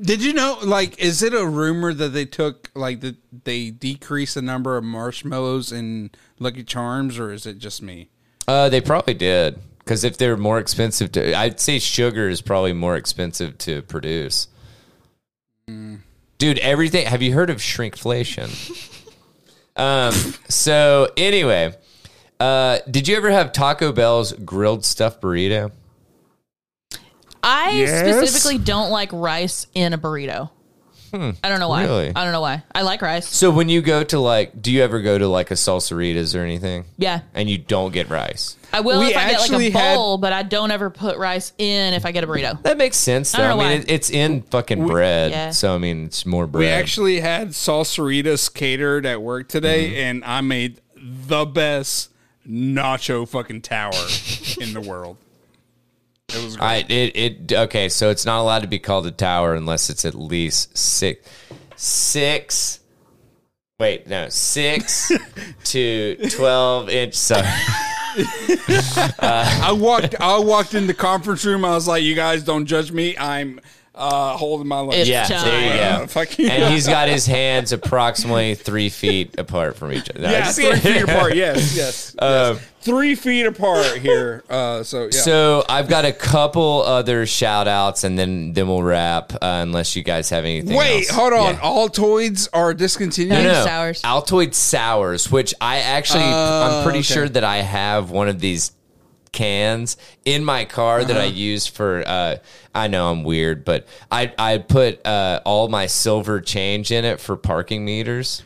Speaker 1: Did you know? Like, is it a rumor that they took like that they decreased the number of marshmallows in Lucky Charms, or is it just me?
Speaker 2: Uh, they probably did because if they're more expensive to, I'd say sugar is probably more expensive to produce. Dude, everything. Have you heard of shrinkflation? um. So anyway, uh, did you ever have Taco Bell's grilled stuffed burrito?
Speaker 3: I
Speaker 1: Yes?
Speaker 3: specifically don't like rice in a burrito. I don't know why.
Speaker 2: Hmm. really?
Speaker 3: I don't know why. I like rice.
Speaker 2: So when you go to like, do you ever go to like a salsaritas or anything,
Speaker 3: Yeah.
Speaker 2: and you don't get rice?
Speaker 3: I will
Speaker 1: We
Speaker 3: if I get like
Speaker 1: actually
Speaker 3: a
Speaker 1: had-
Speaker 3: bowl, but I don't ever put rice in if I get a burrito.
Speaker 2: That makes sense.
Speaker 3: I
Speaker 2: Though. I,
Speaker 3: don't know
Speaker 2: mean,
Speaker 3: why.
Speaker 2: it, it's in fucking bread,
Speaker 3: Yeah.
Speaker 2: so I mean, it's more bread.
Speaker 1: We actually had salsaritas catered at work today, and I made the best nacho fucking tower in the world. It was great.
Speaker 2: I it it okay. So it's not allowed to be called a tower unless it's at least six six. Wait, no, six
Speaker 1: <laughs>
Speaker 2: to twelve inch. Sorry,
Speaker 1: I walked. I walked in the conference room. I was like, "You guys don't judge me. I'm uh, holding my lunch."
Speaker 3: It's
Speaker 2: yeah,
Speaker 3: time.
Speaker 2: there
Speaker 1: Uh,
Speaker 2: you go.
Speaker 1: fucking-
Speaker 2: And he's got his hands approximately three feet apart from each other. No,
Speaker 1: <laughs> yeah,
Speaker 2: just
Speaker 1: three
Speaker 2: kidding.
Speaker 1: feet
Speaker 2: <laughs>
Speaker 1: apart. Yes, yes,
Speaker 2: Um,
Speaker 1: yes. Three feet apart here. Uh, so yeah.
Speaker 2: So I've got a couple other shout outs and then then we'll wrap uh, unless you guys have anything.
Speaker 1: Wait,
Speaker 2: else.
Speaker 1: hold on.
Speaker 2: Yeah.
Speaker 1: All toids are discontinued.
Speaker 2: No,
Speaker 3: Altoid
Speaker 2: no.
Speaker 3: sours. Oh,
Speaker 2: Altoid sours, which I actually, I'm pretty sure that I have one of these cans in my car that
Speaker 3: Uh-huh.
Speaker 2: I use for. Uh, I know I'm weird, but I I put uh, all my silver change in it for parking meters.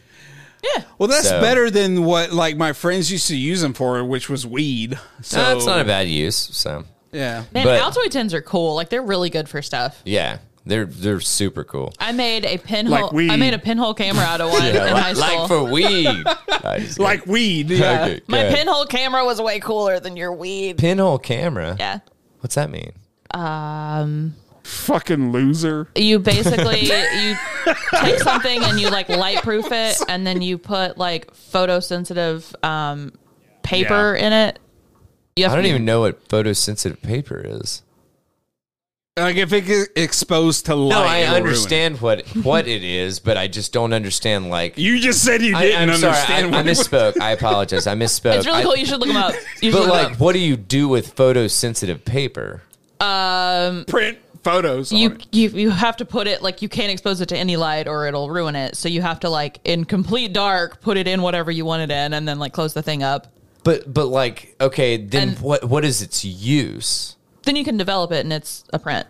Speaker 3: Yeah.
Speaker 1: Well, that's
Speaker 2: So-
Speaker 1: better than what like my friends used to use them for, which was weed. So
Speaker 2: That's not a bad use. So
Speaker 1: Yeah.
Speaker 3: Man,
Speaker 2: But-
Speaker 3: Altoid tins are cool. Like they're really good for stuff.
Speaker 2: yeah, they're they're super cool.
Speaker 3: I made a pinhole.
Speaker 1: Like weed.
Speaker 3: I made a pinhole camera
Speaker 2: <laughs>
Speaker 3: out of one <laughs> in high
Speaker 2: like,
Speaker 3: school.
Speaker 2: like for
Speaker 3: <laughs>
Speaker 2: weed. I just-
Speaker 1: Like weed. Yeah.
Speaker 2: okay,
Speaker 3: My
Speaker 2: good.
Speaker 3: pinhole camera was way cooler than your weed.
Speaker 2: pinhole camera.
Speaker 3: Yeah.
Speaker 2: What's that mean?
Speaker 1: <laughs> Fucking loser.
Speaker 3: You basically you <laughs> take something and you like light proof it, and then you put like photosensitive um, paper in it. You have
Speaker 2: I don't
Speaker 3: to-
Speaker 2: even know what photosensitive paper is.
Speaker 1: Like if it gets exposed to light.
Speaker 2: No, I
Speaker 1: it'll ruin it.
Speaker 2: understand what what it is, but I just don't understand like.
Speaker 1: You just said you
Speaker 2: I,
Speaker 1: didn't
Speaker 2: I'm sorry, I,
Speaker 1: understand
Speaker 2: I
Speaker 1: what it was.
Speaker 2: misspoke. I apologize. I misspoke.
Speaker 3: It's really
Speaker 2: I-
Speaker 3: cool. You should look
Speaker 2: <laughs>
Speaker 3: them up. You should
Speaker 2: but
Speaker 3: look 'em
Speaker 2: like, what do you do with photosensitive paper?
Speaker 1: print photos. on
Speaker 3: You,
Speaker 1: it.
Speaker 3: you you have to put it like you can't expose it to any light or it'll ruin it. So you have to like in complete dark put it in whatever you want it in and then like close the thing up.
Speaker 2: But but like okay, then
Speaker 3: And-
Speaker 2: what what is its use?
Speaker 3: Then you can develop it and it's a print.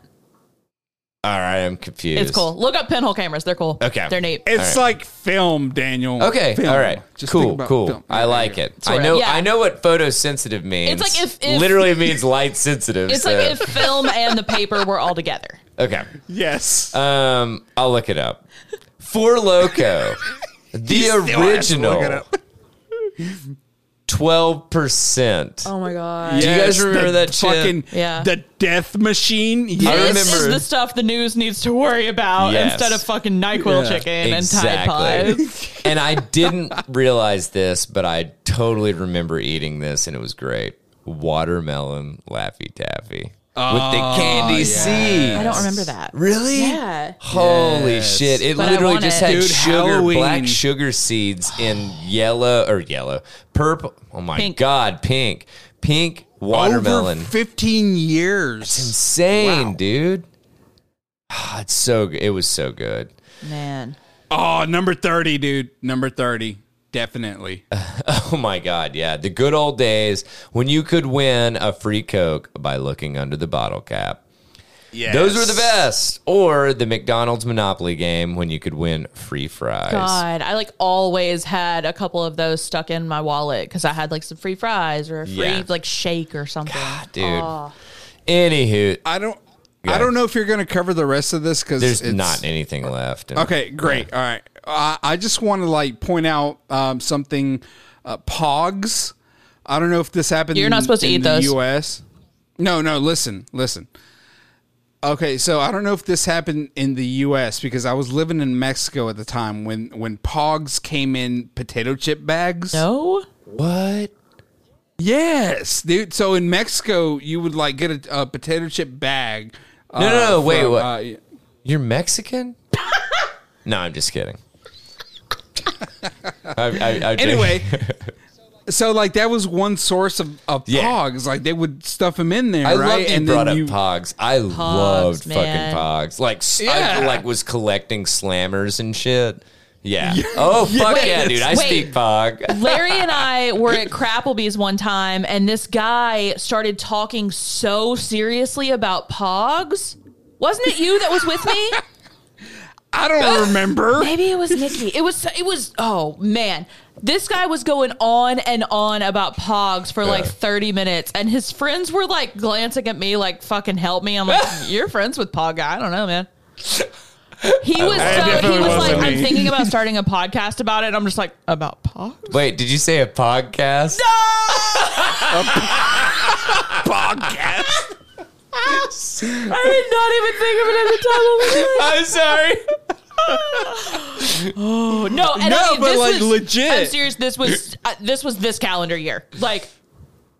Speaker 2: All right, I'm confused.
Speaker 3: It's cool. Look up pinhole cameras. They're cool.
Speaker 2: Okay.
Speaker 3: They're neat.
Speaker 1: It's
Speaker 2: All
Speaker 1: like film, Daniel.
Speaker 2: Okay,
Speaker 1: Film.
Speaker 2: all right,
Speaker 1: Just think
Speaker 2: cool,
Speaker 1: about
Speaker 2: cool.
Speaker 1: film.
Speaker 2: I like it.
Speaker 3: Sort
Speaker 2: I
Speaker 3: of.
Speaker 2: know
Speaker 3: Yeah.
Speaker 2: I know what photosensitive means.
Speaker 3: like if- if- <laughs>
Speaker 2: literally means light sensitive.
Speaker 3: it's
Speaker 2: so-
Speaker 3: like if film and the paper were all together.
Speaker 2: okay.
Speaker 1: Yes.
Speaker 2: Um, I'll look it up. For
Speaker 1: <laughs>
Speaker 2: Loco, the
Speaker 1: still has to look it
Speaker 2: original
Speaker 1: up.
Speaker 2: twelve percent.
Speaker 3: Oh my god.
Speaker 2: Do you guys remember
Speaker 1: the
Speaker 2: that shit?
Speaker 1: fucking
Speaker 3: Yeah.
Speaker 1: the death machine?
Speaker 2: I
Speaker 1: Yes.
Speaker 3: This
Speaker 2: remember-
Speaker 3: is the stuff the news needs to worry about
Speaker 2: Yes.
Speaker 3: instead of fucking NyQuil
Speaker 1: Yeah.
Speaker 3: chicken and Tide Pods.
Speaker 2: <laughs> and I didn't realize this, but I totally remember eating this, and it was great. Watermelon Laffy Taffy with the candy seeds.
Speaker 3: Oh, I don't remember that.
Speaker 2: Really?
Speaker 3: Yeah.
Speaker 2: Holy
Speaker 1: Yes.
Speaker 2: shit! It
Speaker 3: But I
Speaker 2: literally
Speaker 3: want
Speaker 2: just
Speaker 3: it.
Speaker 2: had
Speaker 1: Dude,
Speaker 2: sugar,
Speaker 1: Halloween.
Speaker 2: black sugar seeds in yellow or yellow, purple. Oh my
Speaker 3: Pink.
Speaker 2: god, pink, pink watermelon.
Speaker 1: Over 15 years.
Speaker 2: Insane, dude. Ah, it's so good. It was so good.
Speaker 3: <laughs> Man.
Speaker 1: Oh, number 30, dude. Number 30. Definitely.
Speaker 2: <laughs> Oh my God. Yeah. The good old days when you could win a free Coke by looking under the bottle cap.
Speaker 1: Yes.
Speaker 2: Those were the best. Or the McDonald's Monopoly game when you could win free fries.
Speaker 3: God, I like always had a couple of those stuck in my wallet because I had like some free fries or a free
Speaker 2: Yeah.
Speaker 3: like shake or something.
Speaker 2: God, Ah, dude.
Speaker 3: Oh.
Speaker 2: Anywho,
Speaker 1: I don't
Speaker 2: Yeah.
Speaker 1: I don't know if you're going to cover the rest of this cuz
Speaker 2: there's not anything left. And-
Speaker 1: Okay, great. All right. I I just want to like point out um, something uh, pogs. I don't know if this happened
Speaker 3: You're not
Speaker 1: in-
Speaker 3: supposed to
Speaker 1: in
Speaker 3: eat
Speaker 1: the
Speaker 3: those.
Speaker 1: US. No, no, listen. Listen. Okay, so I don't know if this happened in the US because I was living in Mexico at the time when when pogs came in potato chip bags.
Speaker 3: No?
Speaker 2: What?
Speaker 1: Yes, dude. So in Mexico, you would like get a, a potato chip bag. No,
Speaker 2: no, no, Oh, wait, what-
Speaker 1: Uh,
Speaker 2: You're Mexican? <laughs> no, I'm just kidding. <laughs> I, I, I, <laughs>
Speaker 1: anyway so like that was one source of, of
Speaker 2: Yeah.
Speaker 1: pogs like they would stuff them in there
Speaker 2: I love
Speaker 1: right
Speaker 2: that you brought up
Speaker 1: you-
Speaker 2: Pogs. I loved
Speaker 3: man.
Speaker 2: fucking Pogs. Like s- I
Speaker 1: Yeah.
Speaker 2: like was collecting slammers and shit. Yeah. Oh fuck yeah,
Speaker 1: Yes.
Speaker 2: dude! I
Speaker 3: Wait.
Speaker 2: speak Pog.
Speaker 3: Larry and I were at Crapplebee's one time, and this guy started talking so seriously about pogs. Wasn't it you that was with
Speaker 2: <laughs>
Speaker 3: me?
Speaker 1: i don't remember
Speaker 3: Maybe it was Nikki. It was. It was. Oh man, this guy was going on and on about Pogs for like
Speaker 2: Yeah.
Speaker 3: thirty minutes, and his friends were like glancing at me, like "fucking help me."
Speaker 1: <laughs>
Speaker 3: I'm like, "You're friends with Pog guy? I don't know, man." He was.
Speaker 2: I
Speaker 3: So, he
Speaker 1: definitely
Speaker 3: was like,
Speaker 1: wasn't
Speaker 3: "I'm
Speaker 1: me.
Speaker 3: thinking
Speaker 1: <laughs>
Speaker 3: about starting a podcast about it." I'm just like, "About Pogs?
Speaker 2: Wait, did you say a podcast?
Speaker 3: <laughs>
Speaker 1: podcast
Speaker 3: I did not even think of it at the time." I was like,
Speaker 2: <laughs> I'm sorry.
Speaker 3: No, and
Speaker 1: No,
Speaker 3: I mean,
Speaker 1: but,
Speaker 3: this
Speaker 1: like,
Speaker 3: was,
Speaker 1: legit.
Speaker 3: I'm serious. This was uh, this was this calendar year. Like,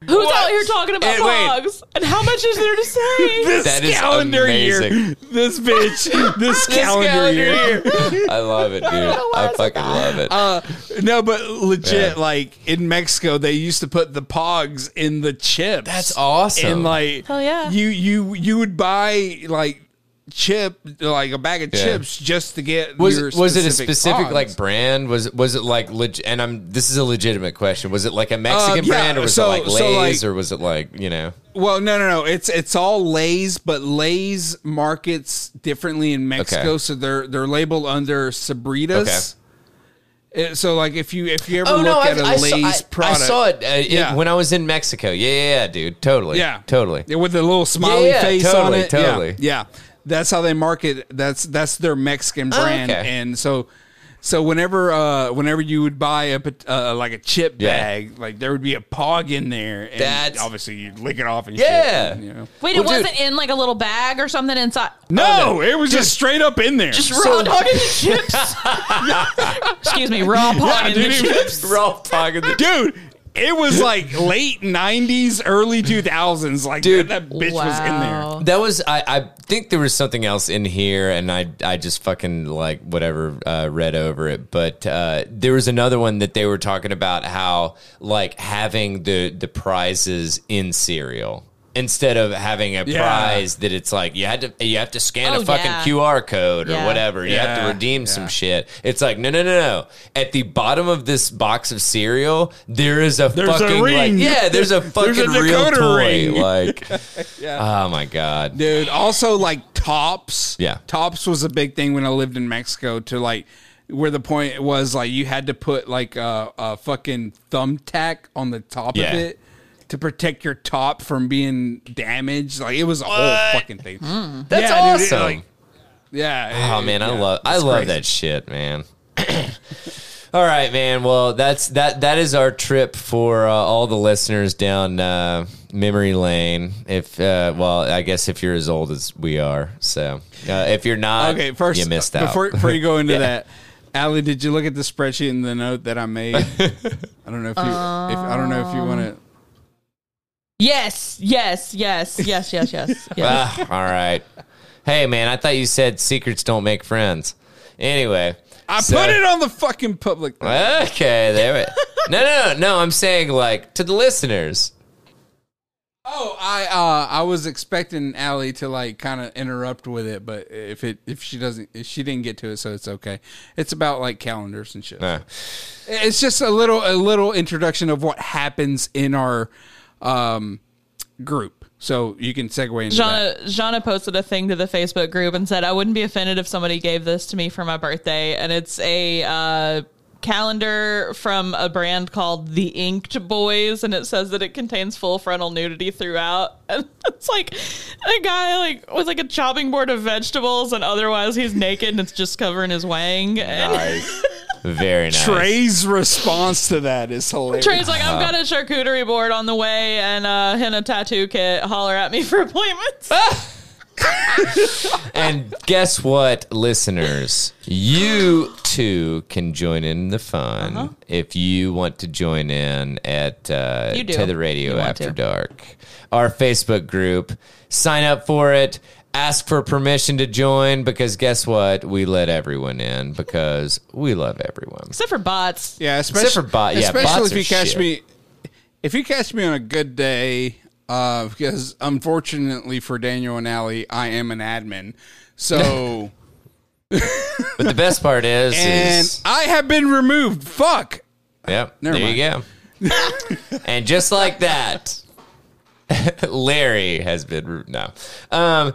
Speaker 3: who's
Speaker 2: What?
Speaker 3: out here talking about
Speaker 2: And wait.
Speaker 3: pogs? And how much is there
Speaker 1: <laughs>
Speaker 3: to say?
Speaker 1: this
Speaker 2: That is
Speaker 1: calendar year
Speaker 2: amazing.
Speaker 1: this bitch this, calendar,
Speaker 2: calendar
Speaker 1: year,
Speaker 2: I love
Speaker 1: <laughs>
Speaker 2: it, dude. I fucking love it.
Speaker 1: Um, no but legit
Speaker 2: Yeah.
Speaker 1: like in mexico they used to put the pogs in the chips
Speaker 2: That's awesome.
Speaker 1: and like
Speaker 3: Hell yeah.
Speaker 1: you you you would buy like chip like a bag of
Speaker 2: Yeah.
Speaker 1: chips just to get your
Speaker 2: was was it a specific
Speaker 1: Pogs.
Speaker 2: like brand? Was was it like leg- and I'm this is a legitimate question. Was it like a Mexican
Speaker 1: Um, yeah,
Speaker 2: brand or was
Speaker 1: so-
Speaker 2: it like Lay's
Speaker 1: so, like-
Speaker 2: or was it like, you know?
Speaker 1: Well, no, no, no. It's it's all Lay's, but Lay's markets differently in Mexico,
Speaker 2: Okay.
Speaker 1: so they're they're labeled under Sabritas. Uh, So, like, if you if you ever
Speaker 2: Oh
Speaker 1: look
Speaker 2: no! I,
Speaker 1: at a
Speaker 2: I
Speaker 1: Lay's
Speaker 2: saw, I,
Speaker 1: product,
Speaker 2: I saw it, uh, it
Speaker 1: Yeah.
Speaker 2: when I was in Mexico. Yeah, yeah, yeah, dude, totally.
Speaker 1: Yeah,
Speaker 2: totally.
Speaker 1: Yeah, with a little smiley
Speaker 2: Yeah, yeah,
Speaker 1: face on
Speaker 2: totally,
Speaker 1: it. Yeah,
Speaker 2: totally.
Speaker 1: Yeah, that's how they market. That's that's their Mexican brand,
Speaker 2: okay.
Speaker 1: and so. So whenever, uh, whenever you would buy a pot- uh, like a chip
Speaker 2: Yeah.
Speaker 1: bag, like there would be a pog in there, and
Speaker 2: That's-
Speaker 1: obviously you lick it off and
Speaker 2: Yeah.
Speaker 1: shit, and, you know.
Speaker 3: Wait,
Speaker 2: Well,
Speaker 3: it
Speaker 2: dude-
Speaker 3: wasn't in like a little bag or something inside.
Speaker 1: No, it was just straight up in there.
Speaker 3: Just raw dog in the
Speaker 1: <laughs>
Speaker 3: chips. Excuse me, raw pog in the
Speaker 1: dude, it was-
Speaker 3: chips.
Speaker 2: Raw pog in <laughs> the
Speaker 1: dude. It was like late '90s, early 2000s. Like,
Speaker 2: Dude.
Speaker 1: that, that bitch was
Speaker 3: Wow.
Speaker 2: That was I, I think there was something else in here and I I just fucking like whatever uh, read over it but uh, there was another one that they were talking about how like having the the prizes in cereal instead of having a
Speaker 1: Yeah.
Speaker 2: prize that it's like you had to you have to scan
Speaker 3: Oh,
Speaker 2: a fucking
Speaker 3: yeah.
Speaker 2: QR code or
Speaker 3: Yeah.
Speaker 2: whatever. You have
Speaker 1: Yeah.
Speaker 2: to redeem some
Speaker 1: Yeah.
Speaker 2: shit. It's like no no no no. At the bottom of this box of cereal, there is a
Speaker 1: There's a
Speaker 2: fucking like
Speaker 1: ring.
Speaker 2: yeah, there's a
Speaker 1: <laughs> There's a
Speaker 2: fucking real
Speaker 1: Dakota
Speaker 2: toy.
Speaker 1: ring. <laughs>
Speaker 2: Like
Speaker 1: Yeah.
Speaker 2: oh my god.
Speaker 1: dude. Also, like tops.
Speaker 2: Yeah.
Speaker 1: tops was a big thing when I lived in Mexico. To like where the point was, like you had to put like a, a fucking thumbtack on the top
Speaker 2: Yeah.
Speaker 1: of it to protect your top from being damaged. Like it was a
Speaker 2: What?
Speaker 1: whole fucking thing.
Speaker 2: That's
Speaker 1: Yeah, dude, it,
Speaker 2: awesome.
Speaker 1: like, yeah.
Speaker 2: Oh
Speaker 1: it-
Speaker 2: man, I
Speaker 1: yeah,
Speaker 2: love I
Speaker 1: it's
Speaker 2: love
Speaker 1: crazy.
Speaker 2: that shit, man. <clears throat> all right, man. Well, that's that that is our trip for uh, all the listeners down uh, memory lane. If uh, well, I guess if you're as old as we are, so uh, if you're not,
Speaker 1: Okay, first
Speaker 2: you missed out.
Speaker 1: Before, before you go into
Speaker 2: Yeah.
Speaker 1: that, Allie, did you look at the spreadsheet and the note that
Speaker 2: <laughs>
Speaker 1: I made? I don't know if you. if, I don't know if you want
Speaker 2: Um,
Speaker 1: to.
Speaker 3: Yes, yes, yes, yes, yes, yes. yes.
Speaker 2: <laughs> Ah, all right. Hey, man, I thought you said secrets don't make friends. Anyway,
Speaker 1: I
Speaker 2: so-
Speaker 1: put it on the fucking public. thing.
Speaker 2: Okay, there we.
Speaker 3: <laughs>
Speaker 2: No, no, no, no. I'm saying like to the listeners.
Speaker 1: Oh, I uh, I was expecting Allie to like kind of interrupt with it, but if it if she doesn't if she didn't get to it, so it's okay. It's about like calendars and shit.
Speaker 2: Uh,
Speaker 1: It's just a little a little introduction of what happens in our um, group, so you can segue into that.
Speaker 3: Jana, Jana posted a thing to the Facebook group and said, I wouldn't be offended if somebody gave this to me for my birthday. And it's a uh, calendar from a brand called The Inked Boys. And it says that it contains full frontal nudity throughout. <laughs> And it's like a guy like with like a chopping board of vegetables. And otherwise he's naked and it's just covering his wang. And
Speaker 2: nice. Very nice.
Speaker 1: Trey's response to that is hilarious.
Speaker 3: <laughs> Trey's like, I've got a charcuterie board on the way and, uh, and a tattoo kit. Holler at me for <laughs> appointments.
Speaker 2: And guess what, listeners? You too can join in the fun
Speaker 3: Uh-huh.
Speaker 2: if you want to join in at uh,
Speaker 3: You do.
Speaker 2: Tether Radio
Speaker 3: You want
Speaker 2: After
Speaker 3: to.
Speaker 2: Dark, our Facebook group. Sign up for it. Ask for permission to join because guess what? We let everyone in because we love everyone.
Speaker 3: Except for bots.
Speaker 1: Yeah, especially
Speaker 2: for bot- yeah,
Speaker 1: especially
Speaker 2: bots
Speaker 1: if you
Speaker 2: are
Speaker 1: catch
Speaker 2: shit.
Speaker 1: me. If you catch me on a good day, uh, because unfortunately for Daniel and Allie, I am an admin.
Speaker 2: <laughs>
Speaker 1: So
Speaker 2: But the best part
Speaker 3: <laughs>
Speaker 2: is,
Speaker 1: and
Speaker 2: is
Speaker 1: I have been removed. Fuck.
Speaker 2: Yep.
Speaker 1: Never
Speaker 2: there
Speaker 1: <laughs>
Speaker 2: you go. and just like that, <laughs> Larry has been no. Um,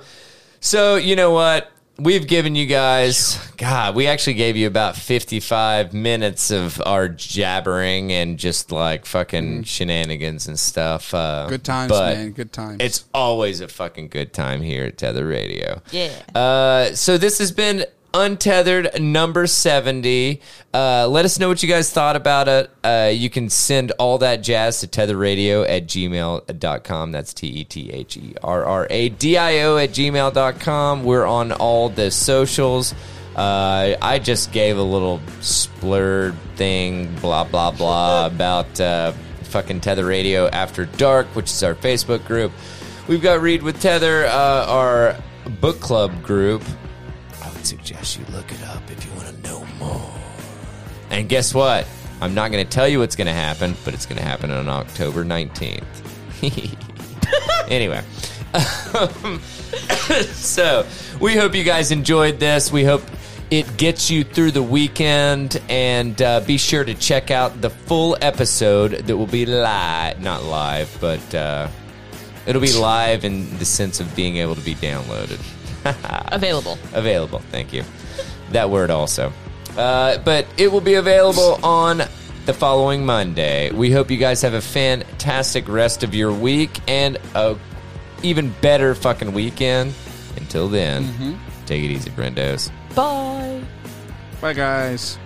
Speaker 2: so you know what? We've given you guys, God, we actually gave you about 55 minutes of our jabbering and just like fucking shenanigans and stuff. Uh,
Speaker 1: Mm-hmm. Good times,
Speaker 2: but
Speaker 1: man. Good times.
Speaker 2: It's always a fucking good time here at Tether Radio.
Speaker 3: Yeah.
Speaker 2: Uh, so this has been Untethered number 70. Uh, let us know what you guys thought about it. Uh, you can send all that jazz to tetherradio at gmail.com. That's T E T H E R R A D I O at gmail.com. We're on all the socials. Uh, I just gave a little splurred thing, blah, blah, blah, about uh, fucking Tether Radio After Dark, which is our Facebook group. We've got Read with Tether, uh, our book club group. I would suggest you look it up if you want to know more. And guess what? I'm not going to tell you what's going to happen, but it's going to happen on October 19th. <laughs> anyway. <laughs> so we hope you guys enjoyed this. We hope it gets you through the weekend, and uh, be sure to check out the full episode that will be live, not live, but uh, it'll be live in the sense of being able to be downloaded,
Speaker 3: Available.
Speaker 2: available. Thank you. That word also, uh, but it will be available on the following Monday. We hope you guys have a fantastic rest of your week and a even better fucking weekend. Until then, take it easy, Brendos.
Speaker 3: Bye.
Speaker 1: Bye, guys.